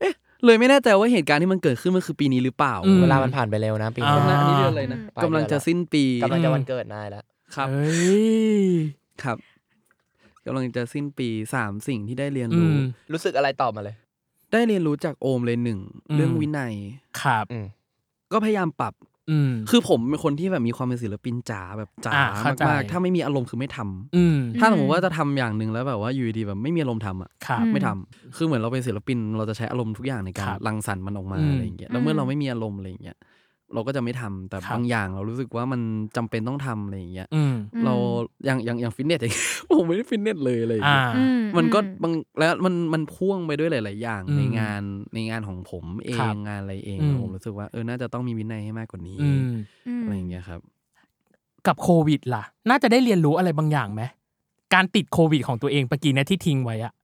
เอ๊ะ เลยไม่แน่ใจว่าเหตุการณ์ที่มันเกิดขึ้นมันคือปีนี้หรือเปล่า
อืม
เวลามันผ่านไปเร็วนะปี
อ่า
นี้
นะอันนี้เดือนอะไรนะ
ปลาย
กำลังจะสิ้นปี
เดือนละกำลังจะวันเกิดนายแล้ว
ครับ
เฮ้ย
ครับกำลังจะสิ้นปีสามสิ่งที่ได้เรียน
อื
รู้
ม
รู้สึกอะไรตอบมาเลย
ได้เรียนรู้จากโอมเลยหนึ่ง
อืม
เรื่องวินัย
ครับ
อืม
ก็พยายามปรับ
อืม
คือผมเป็นคนที่แบบมีความเป็นศิลปินจ๋าแบบจ๋า
อ่าเข้าใจ
มากๆถ้าไม่มีอารมณ์คือไม่ทำ
อืม
ถ้าสมมติว่าจะทำอย่างหนึ่งแล้วแบบว่าอยู่ดีๆแบบไม่มีอารมณ์ทำอ่ะ
ครับ
อืม
ไม่ทำคือเหมือนเราเป็นศิลปิน เราจะใช้อารมณ์ทุกอย่างในการ
ครับ
รังสรรค์มันออกมา
อืม
อะไรอย่างเงี้ย แล้วเมื่อเราไม่มีอารมณ์อะไรอย่างเงี้ย เราก็จะไม่ทำ แต่
ครับ
บางอย่างเรารู้สึกว่ามันจำเป็นต้องทำอะไรอย่างเงี้ย
อืม
เรา อย่าง อย่าง อย่างฟิตเนส อย่างเงี้ย ผมไม่ได้ฟิตเนสเลยอะไรอย่าง
อ่า
เงี้ยมันก็
อืม
บาง แล้วมัน มันพ่วงไปด้วยหลาย ๆ อย่าง
อืม
ในงาน ในงานของผมเอ
ครับ
งงานอะไรเอง
อืม
ผมรู้สึกว่า เออ น่าจะต้องมีวินัยให้มากกว่านี้
อืม
อะไรอย่างเงี้ยครับ
กับโควิดล่ะ น่าจะได้เรียนรู้อะไรบางอย่างไหม การติดโควิดของตัวเองปะกี้เนี่ยที่ทิ้งไว้อะ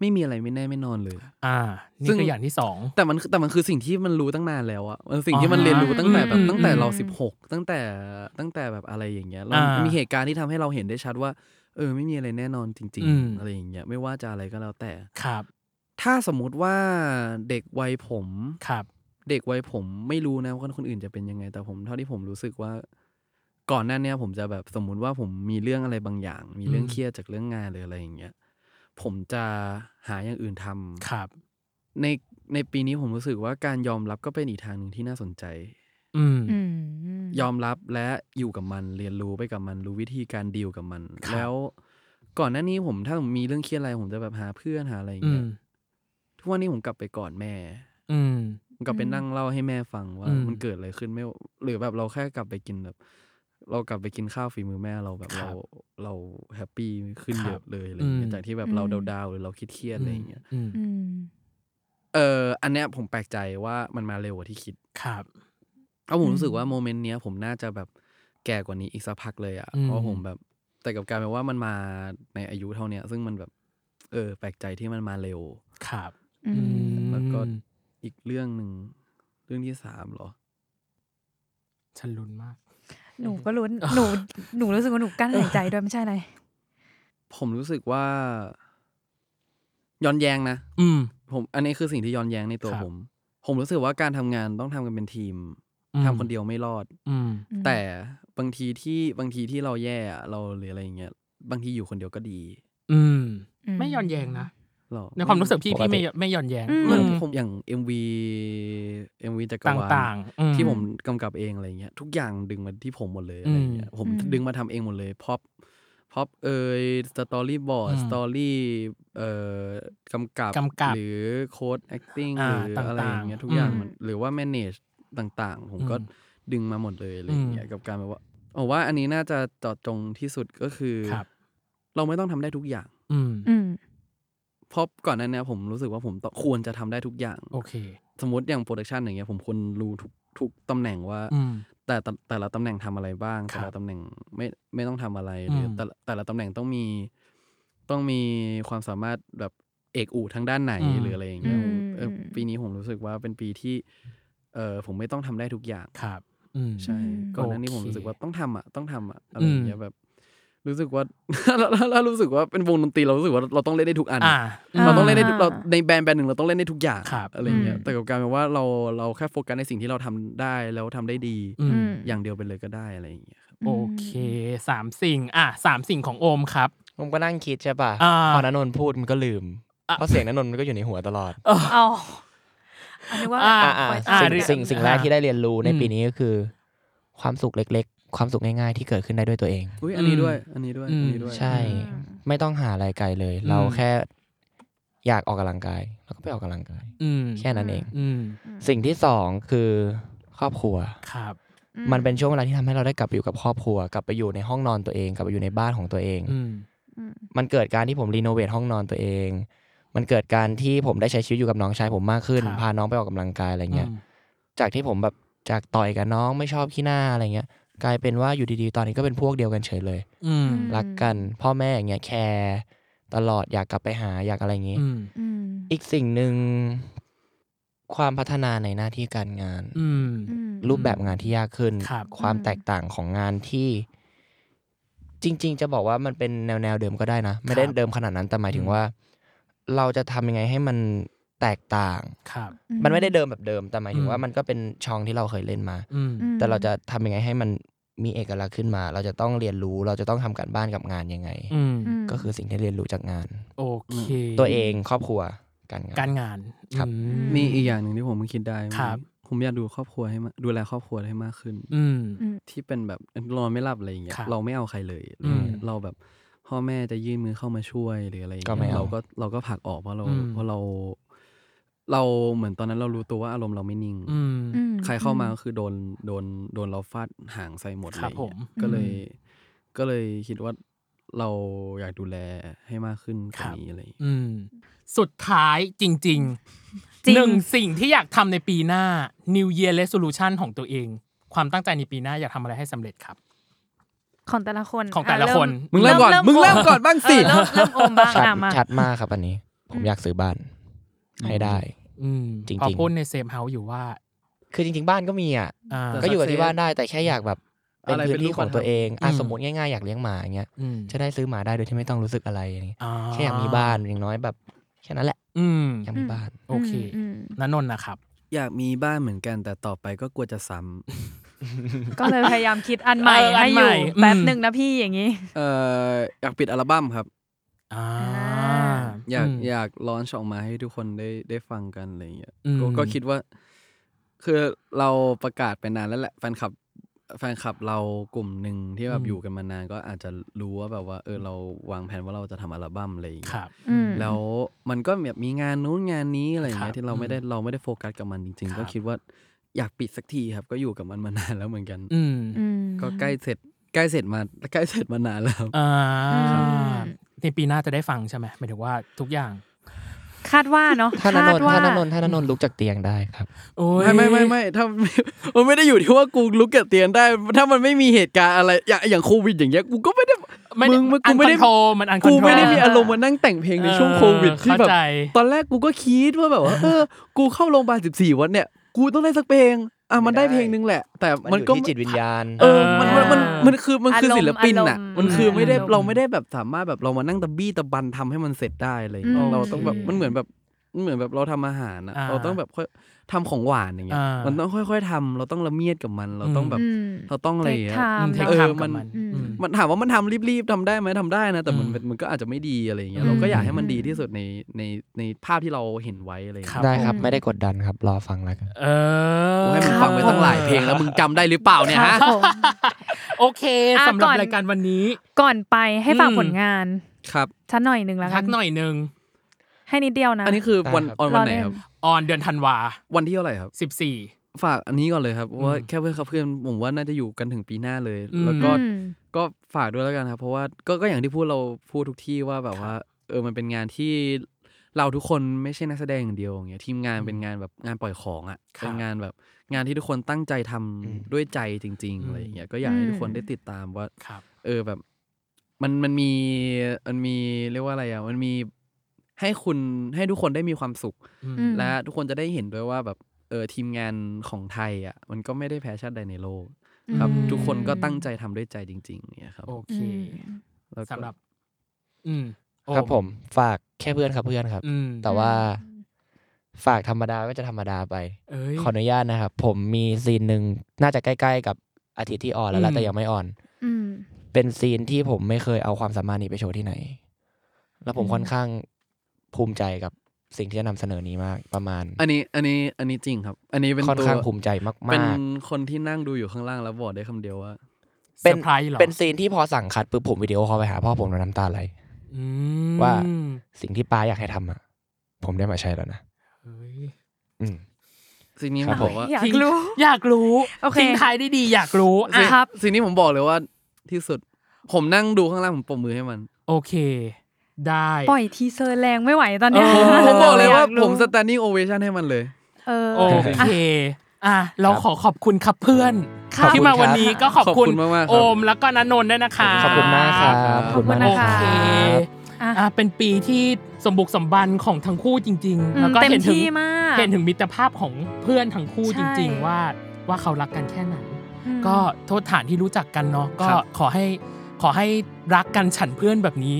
ไม่มีอะไรไม่แน่ไม่นอนเลย
อ่า นี่
ซึ่ง
คืออย่างที่สอง
แต่มันแต่มันคือสิ่งที่มันรู้ตั้งนานแล้วอะมันสิ่งที่มัน
อ่า
เรียนรู้ตั้งแต่แบบ
อืม
ตั้งแต่เรา
อืม
สิบหกตั้งแต่ตั้งแต่แบบอะไรอย่างเงี้ยเรา
อ่ามี
มีเหตุการณ์ที่ทำให้เราเห็นได้ชัดว่า เออ ไม่มีอะไรแน่นอนจริง
อืม
ๆ อะไรอย่างเงี้ยไม่ว่าจะอะไรก็แล้วแต่
ครับ
ถ้าสมมติว่าเด็กวัยผม
ครับ
เด็กวัยผมไม่รู้นะว่าคนอื่นจะเป็นยังไง แต่ผมเท่าที่ผมรู้สึกว่า ก่อนหน้าเนี้ยผมจะแบบสมมุติว่าผมมีเรื่องอะไรบางอย่าง มีเรื่อง
อืม
เครียดจากเรื่องงานหรืออะไรอย่างเงี้ยผมจะหาอย่างอื่นทำ
ครับ
ในในปีนี้ผมรู้สึกว่าการยอมรับก็เป็นอีกทางหนึ่งที่น่าสนใจ
อืม
อืม
ยอมรับและอยู่กับมันเรียนรู้ไปกับมันรู้วิธีการดีลกับมัน
ครับ
แล้วก่อนหน้านี้ผมถ้าผมมีเรื่องเครียดอะไรผมจะแบบหาเพื่อนหาอะไรอย่าง
อื
เงี้
ม
ยทุกวันนี้ผมกลับไปกอดแม่
อืม
ผมกลับไปนั่งเล่าให้แม่ฟังว่า
อืม
มันเกิดอะไรขึ้นไม่หรือแบบเราแค่กลับไปกินแบบ เรากลับไปกินข้าวฝีมือแม่เราแบบ
ครั
เรา
บ
เราแฮปปี้ขึ้น
ครับ
เยอะเลยอะไรอย่างเงี้
อื
ย
ม
จากที่แบบเรา
อืม
ดาวๆหรือเราคิดเครียดๆอะไรอย่างเงี้ย
อืม
อืม
เอออันเนี้ยผมแปลกใจว่ามันมาเร็วกว่าที่คิด
ครับ
เพราะผมรู้สึ
อื
ก
ม
ว่าโมเมนต์เนี้ยผมน่าจะแบบแก่กว่านี้อีกสักพักเลยอะ่ะ
อืม
เพราะผมแบบ แต่กลับกลารแปลว่ามันมาในอายุเท่าเนี้ย ซึ่งมันแบบ เออ แปลกใจที่มันมาเร็ว
ครับ
อื
อื
ม
ม
แล้วก็ อีกเรื่องหนึ่งเรื่องที่สามเหรอ
ฉันลุ้นมาก
หนูก็ลุ้นหนู หนูรู้สึกว่าหนูกลั้นหายใจด้วยไม่ใช่อะไร
ผมรู้สึกว่า ย้อนแยงนะ
อืม
ผม อันนี้คือสิ่งที่ย้อนแยงในตัว
ครับ
ผม ผมรู้สึกว่าการทำงานต้องทำกันเป็นทีม
อืม
ทำคนเดียวไม่รอด
อืม
อืม
แต่บางทีที่บางทีที่เราแย่อะเราหรืออะไรอย่างเงี้ยบางทีอยู่คนเดียวก็ดี
อืม ไม่ย้อนแยงนะ
หรอ
ในความรู้สึกพี่
ปก
พี่
ติ
ไม่ไม่ย้อนแยง
อืม
มัน
อืม
ผมอย่าง MV MV จักร
ต่าง
วาล
ต่างๆอื
ที่ผมกำกับเองอะไรเงี้ยทุกอย่างดึงมาที่ผมหมดเลยอะไรเงี้ย
อืม
ผม
อืม
ดึงมาทำเองหมดเลยพอปพอปเอยสตอรี่บอร์ด
อืม
สตอรี่เอ่อกำกับ
กำกับ
หรือโค้ด acting
อ่า
หรือ
ต่างๆ
อะไรอย่างเงี้ยทุก
อืม
อย่างมันหรือว่า manage ต่างๆ ผมก็
อืม
ดึงมาหมดเลยอะไรเงี้
อื
ย
ม
กับการแบบว่าผมว่าอันนี้น่าจะเจอดจงที่สุดก็คือ
ครับ
เราไม่ต้องทำได้ทุกอย่าง
อืม
อืม
เพราะก่อนหน้าเนี้ยผมรู้สึกว่าผมต้องควรจะทำได้ทุกอย่าง
โอเค
สมมติอย่างโปรดักชันอย่างเงี้ยผมควรรู้ทุกทุกตำแหน่งว่า
อืม
แต่แต่แต่ละตำแหน่งทำอะไรบ้าง
ครั
แต่
บ
ละตำแหน่งไม่ไม่ต้องทำอะไรหรืออ
ม
แต่ละแต่ละตำแหน่งต้องมีต้องมีความสามารถแบบเอกอู่ทางด้านไหน
อืม
หรืออะไรอย่างเงี้ย
อืม
เออ
อืม
ปีนี้ผมรู้สึกว่าเป็นปีที่เออผมไม่ต้องทำได้ทุกอย่าง
ครับ อืม
ใช่
อืม
ก่อนหน้านี้ผมรู้สึกว่าต้องทำอ่ะต้องทำอ่ะอะไรอย่างเงี้ยแบบ รู้สึกว่า เรารู้สึกว่าเป็นวงดนตรีเรารู้สึกว่าเราต้องเล่นได้ทุกอัน
อ่า
เราต้องเล่นได้ทุก
อ่า
เราในแบรนด์แบรนด์หนึ่งเราต้องเล่นได้ทุกอย่าง
ครับ
อะไรเงี้ย
อืม
แต่กับกลารแปลว่าเราเราแค่โฟกัสในสิ่งที่เราทำได้แล้วทำได้ดี
อืม
อืม
อย่างเดียวไปเลยก็ได้อะไรอย่างเงี้ยครับ
โอเคสามสิ่ง อ่ะสามสิ่งของโอมครับ
ผมก็นั่งคิดใช่ป่ะ
อ่า
พอนนนท์พูดมันก็ลืม
อ่ะ
เพราะเสียงนนท์มันก็อยู่ในหัวตลอด
อ๋ออันนี้ว่า
อ่า
อ่ะอ่ะ
อ่า
สิ่ง
เรื่อง
สิ่งสิ่งแรก
อ่า
ที่ได้เรียนรู้ใน
อืม
ปีนี้ก็คือ ความสุขเล็ก ๆ ความสุขง่ายๆที่เกิดขึ้นได้ด้วยตัวเอง
อุ้ยอันนี้
อืม
ด้วยอันนี้ด้วย
อืม
อันนี้ด้วย
ใช่ ไม่ต้องหาอะไรไกลเลย เราแค่อยากออกกำลังกายเราก็ไปออกกำลังกาย
อืม
แค่นั้นเอง
อืม
สิ่งที่สองคือครอบครัว
ครับ
มันเป็นช่วงเวลาที่ทำให้เราได้กลับไปอยู่กับครอบครัว กลับไปอยู่ในห้องนอนตัวเอง กลับไปอยู่ในบ้านของตัวเอง
อืม
มันเกิดการที่ผมรีโนเวทห้องนอนตัวเอง มันเกิดการที่ผมได้ใช้ชีวิตอยู่กับน้องชายผมมากขึ้น
ครับ
พาน้องไปออกกำลังกายอะไรเงี้ย
อืม
จากที่ผมแบบจากต่อยกับน้องไม่ชอบขี้หน้าอะไรเงี้ย กลายเป็นว่าอยู่ดีๆ ตอนนี้ก็เป็นพวกเดียวกันเฉยเลย
อืม
รักกัน พ่อแม่อย่างเงี้ยแคร์ตลอดอยากกลับไปหาอยากอะไรอย่างงี้
อืม
อืม
อีกสิ่งหนึ่งความพัฒนาในหน้าที่การงาน
อืม
อืม
รูปแบบงานที่ยากขึ้น
ครับ
ความ
อืม
แตกต่างของงานที่จริง ๆ จะบอกว่ามันเป็นแนวแนวๆเดิมก็ได้นะ ไม่ได้เดิมขนาดนั้นแต่หมายถึงว่า เราจะทำยังไงให้มันแตกต่าง
ครับ
มันไม่ได้เดิมแบบเดิม แต่หมายถึ
อื
ง
ม
ว่ามันก็เป็นช่องที่เราเคยเล่นมา
อืม
อืม
แต่เราจะทำยังไงให้มันมีเอกลักษณ์ขึ้นมา เราจะต้องเรียนรู้ เราจะต้องทำการบ้านกับงานยังไง
อืม
ม
ก็คือสิ่งที่เรียนรู้จากงาน
โอเค
ตัวเองครอบครัวการงาน
การงาน
ครับ
อื
มีอีกอย่างหนึ่งที่ผมเพิ่งคิดได้
ครับ
ผมอยากดูครอบครัวให้มาดูแลครอบครัวให้มากขึ้น
อืม
ที่เป็นแบบนอนไม่หลับอะไรอย่างเงี้ย
ครับ
เราไม่เอาใครเลยอะไรเงี้ย
อืม
เราแบบพ่อแม่จะยื่นมือเข้ามาช่วยหรืออะไรอย่าง
ก็ไม่
เงี้ย
เอา
เราก็เราก็ผลักออกเพราะเรา
อืม
เพราะเรา เราเหมือนตอนนั้นเรารู้ตัวว่าอารมณ์เราไม่นิ่ง
อืม
ใครเข้ามาก็คือโดนโดนโดนเราฟาดหางใส่หมด
ครับ
เลยเนี่ย
ผม
ก็เลย
อื
ก็เลยคิดว่าเราอยากดูแลให้มากขึ้นก
ครั
ว่า
บ
นี้อะไรอย่างเงี้ย
อืม สุดท้ายจริง
จริ
ๆ
ง
หนึ่งสิ่งที่อยากทำในปีหน้า New Year Resolution ของตัวเอง ความตั้งใจในปีหน้าอยากทำอะไรให้สำเร็จครับ
ของแต่ละคน
ของแต่ละคน
อ่ะ
มึงเริ่มก่อนมึงเริ่มก่อนบ้างสิ
เริ่มเริ่มโอมบ้าง
ชัด
อ่ะมา
ชัดมากครับอันนี้ ผมอยากซื้อบ้านให้ได้
อืม
จริงๆ
พอพูดในเซฟเฮาส์อยู่ว่า
คือจริงๆบ้านก็มีอ่ะ
อ่า
แต่
ก็อยู่กับ
success
ที่บ้านได้แต่แค่อยากแบบเป็น
อะไร
พื้นที่
เป็นรูป
ขอ
ธ
ง
รรม
ตัวเองอ่ะ
อืม
สมมติง่ายๆอยากเลี้ยงหมาอย่างเงี้ย
อืม
จะได้ซื้อหมาได้โดยที่ไม่ต้องรู้สึกอะไรอย่างงี้
อ่า
แค่อยากมีบ้านอย่างน้อยแบบแค่นั้นแหละ
อืม
อยากมีบ้าน
โอเค
อืมอืม
นนนท์นะครับ
อยากมีบ้านเหมือนกันแต่ต่อไปก็กลัวจะซ้ำ
ก็เลยพยายามคิดอันใหม่
เอออัน
ให้อ
ใหม่
ยู่
อืม
แป๊บหนึ่งนะพี่อย่างนี้
เอ่ออยากปิดอัลบั้มครับ
อ่า
อยาก
ม
อยากลอนช์ออกมาให้ทุกคนได้ได้ฟังกันอะไรอย่างเงี้ย
อืม
ก็ก็คิดว่า คือเราประกาศไปนานแล้วแหละแฟนคลับ แฟนคลับเรากลุ่มหนึ่งที่แบ
อื
บ
ม
อยู่กันมานานก็อาจจะรู้ว่าแบบว่า เออเราวางแผนว่าเราจะทำอัลบั้มอะไรอย่าง
ค
เงี้ย
รับ
อืม
แล้วมันก็แบบมีงานนู้นงานนี้อะไรอย่างเงี้
ครับ
ยที่เราไม่ได้เราไม่ได้โฟกัสกับมันจริง
ครับ
ๆก็คิดว่าอยากปิดสักทีครับ ก็อยู่กับมันมานานแล้วเหมือนกัน
อืม
อืม
ก็ใกล้เสร็จใกล้เสร็จมาใกล้เสร็จมานานแล้วครับ
อ่า
ครับ
ในปีหน้าจะได้ฟังใช่ไหมหมายถึงว่าทุกอย่าง
คาดว่าเนาะ
ถ้าน
คาน ด
นท์
ว่า
ถ้านนท์ถ้านนท์ลุกจากเตียงได้ครับ
โอ้ย
ไม่ไม่ไม่ไม่ถ้า มันไม่ได้อยู่ที่ว่ากูลุกกับเตียงได้ ถ้ามันไม่มีเหตุการณ์อะไร อย่างอย่างโควิดอย่างเงี้ยกูก็ไม่ได้
ไม่
มึงมึง
อัน
กูไม่ได้
คอนโทรมันอันคอน
กู
โทร
ไม่ได้มีอารมณ์มานั่งแต่งเพลงในช่วงโควิด
เออ
ที่แบบ
เข้าใจ
ตอนแรกกูก็คิดว่าแบบว่าเออกูเข้าโรงพยาบาลสิบสี่วันเนี่ย กูต้องได้สักเพลงอ่ะมันได้
ไม่ได้
เพลงนึงแหละ แต่
มั
มัน น
อยู่
ก็
ที่จิตวิญญาณ
เออมันมันมันมันคือมันคื
า
อ
รมณ์
ศิลปินอ่ะ
อารมณ์
มันคือไม่ได้
อารมณ์
เราไม่ได้แบบสามารถแบบเรามานั่งตะบี้ตะบันทำให้มันเสร็จได้อะไรอย่างเลย
อืม
เราต้องแบบมันเหมือนแบบมันเหมือนแบบเราทำอาหารอ่ะ
อ่า
เราต้องแบบค่อยทำของหวานอย่างเงี้ย
อ่ามั
มันต้องค่อย ๆทำเราต้องละเมียดกับมัน เราต้องแบบ
อืม
เราต้องอะไรอย่างเงี้ย
Take time
เทค
เอ
ทา
อ
ม
มั
กับ
น
มัน
อืม
อืม
มันถามว่ามันทำรีบๆทำได้ไหมทำได้นะ แต่มัน
อืม
มันก็อาจจะไม่ดีอะไรอย่างเงี้
อื
ย
ม
เราก็อยากให้มันดีที่สุดในในในภาพที่เราเห็นไว้อะไรอย่าง
ครั
เงี้ย
ได้ครับ
ผม
ไม่ได้กดดันครับ รอฟังแล้วกัน
เอ
โอ้
อ
ให้มึงฟังไปตั้งหลายเพลงแล้วมึงจำได้หรือเปล่าเนี่ย
ครับ
ฮะ
ผม
โอเค
อ่ะ
สำหรั
ก่
บ
อน
รายการวันนี้
ก่อนไปให้ฝาก
อืม
ผลงาน
ครับ
ชั้นหน่อยหนึ่งแล้วกั
ทักหน่อยหนึ่ง
ให้นิดเดียวนะ
อันนี้คือวัน
ได้ครับ
ออนวันไหนครับ
ออนเดือนธันวา
วันที่เท่าไหร่ครับ
สิบสี่
ฝากอันนี้ก่อนเลยครับ
อืม
ว่าแค่เพื่อนครับเพื่อนผมว่าน่าจะอยู่กันถึงปีหน้าเลย
อืม
แล้วก็
อืม
ก็ฝากด้วยแล้วกันครับ เพราะว่าก็ก็อย่างที่พูดเราพูดทุกที่ว่าแบบว่า เออมันเป็นงานที่เราทุกคนไม่ใช่นักแสดงอย่างเดียวอย่างเงี้ยทีมงานเป็นงานแบบงานปล่อยของอ่ะ
ครับ
เป็นงานแบบงานที่ทุกคนตั้งใจทำ
อืม
ด้วยใจจริง
อื
ๆ
ม
อะไรอย่างเงี้ยก็อยากให้ทุกคนได้ติดตามว่า
ครับ
เออแบบมันมันมีมันมีเรียกว่าอะไรอ่ะมันมีให้คุณให้ทุกคนได้มีความสุข
อืม
อืม
และทุกคนจะได้เห็นด้วยว่าแบบเออทีมงานของไทยอ่ะมันก็ไม่ได้แพ้ชาติใดในโลก ครับ
อืม
ทุกคนก็ตั้งใจทำด้วยใจจริงๆเนี่ยครับ
โอเค
อืม
แล้วก็
สำหรับ อืมโอ้
ครับผม ฝากแค่เพื่อนครับเพื่อนครับ
อืม
แต่ว่าฝากธรรมดาก็จะธรรมดาไป
เอ้ย
ขออนุญาตนะครับ ผมมีซีนหนึ่งน่าจะใกล้ ๆ กับอาทิตย์ที่ออนแล้วแหละ
อืม
แต่ยังไม่ออน
อืม
เป็นซีนที่ผมไม่เคยเอาความสามารถนี้ไปโชว์ที่ไหน แล้วผม
อืม
ค่อนข้างภูมิใจกับสิ่งที่จะนำเสนอนี้มากประมาณ
อันนี้อันนี้อันนี้จริงครับ อันนี้เป็น
ค่อน
ตัว
ข้างภูมิใจมากๆ
เป็นคนที่นั่งดูอยู่ข้างล่างแล้วบอกได้คำเดียวว่า
เป็
เป็น น
ไพรส์เหรอ
เป็นซีนที่พอสั่งคัดปุ๊บผมวิดีโอคอลไปหาพ่อผมแล้วน้ำตาไหล
อืม
ว่า สิ่งที่ป้าอยากให้ทำอ่ะ ผมได้มาใช้แล้วนะ
เฮ้ย
อืม
สิ่งนี้
ค
ผ
รั
ม
บ
บอกว่า
อยากรู้
อยากรู้
โอเค
ทิ้งท้ายได้ดีอยากรู้อ่ะ
สิ่ง
ครับ
สิ่งนี้ผมบอกเลยว่าที่สุด ผมนั่งดูข้างล่างผมปรบมือให้มัน
โอเค ได้
ปล่อยทีเซอร์แรงไม่ไหวตอนเนี้ย
เออ
ผมบอกเลยว่าผ
อ
ม
ยกรู้
standing ovation ให้มันเลย
เออ
โอเค อ่ะ เราขอขอบคุณครับเพื่อน
ครับ
ที่มาวันนี้ก็ขอบคุณ
ขอบคุณมากๆครับ
โอมแล้วก็นันนนท์ด้วยนะคะ
ขอบคุณมากครับ
ขอบคุณ
มาก
นะคะ
รั
โอเค
บ
อ่ะ
อ่ะเป็นปีที่สมบุกสมบันของทั้งคู่จริง
อื
ๆ
ม
แล้วก็
เต็ม
เห็นถึง
ที่มาก
เห็นถึงมิตรภาพของเพื่อนทั้งคู่
ใช่
จริง ๆ ว่าว่าเขารักกันแค่ไหน
อืม
ก็โทษฐานที่รู้จักกันเนาะก็
ครับ
ขอให้ขอให้รักกันฉันเพื่อนแบบนี้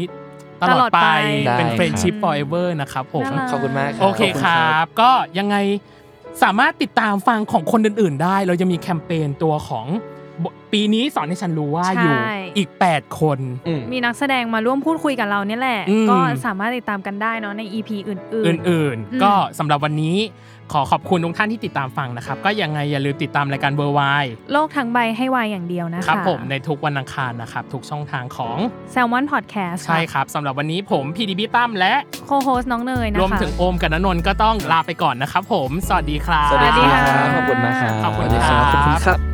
ตลอด
ตลอด
ไป
ไป
เป็น
ได้
friendship
ครับ
forever นะครับผม
น่ารั
ขอบคุณมากรั
โอเคครับ ก็ยังไงสามารถติดตามฟังของคนอื่น ๆ ได้ เราจะมีแคมเปญตัวของบปีนี้สอนให้ฉันรู้ว่า
ใช่
อยู่อีก 8 คน
อืม
มีนักแสดงมาร่วมพูดคุยกับเราเนี่ยแหละ
อืม
ก็สามารถติดตามกันได้เนาะใน EP อื่
อน ื่น
อืม
ๆ ก็สำหรับวันนี้ขอขอบคุณทุกท่านที่ติดตามฟังนะครับ ก็ยังไงอย่าลืมติดตามรายการเบอร์ไว
ๆ โลกทั้งใบให้วายอย่างเดียวนะคะ
ครับผมในทุกวันอังคารนะครับ ทุกช่องทางของ
แซลมอนพอดแคสต์
ใช่ครับสำหรับวันนี้ผมพีดีพีตั้มและ
โคโฮสน้องเนยนะคะ
รวมถึงโอมกับณนนท์ก็ต้องลาไปก่อนนะครับผม สวัสดีครับ
สวัสดีครั
สวัสดี
บ
ค่ะ
ขอบคุณมากครับ
ขอบคุณ
ขอบคุณครับ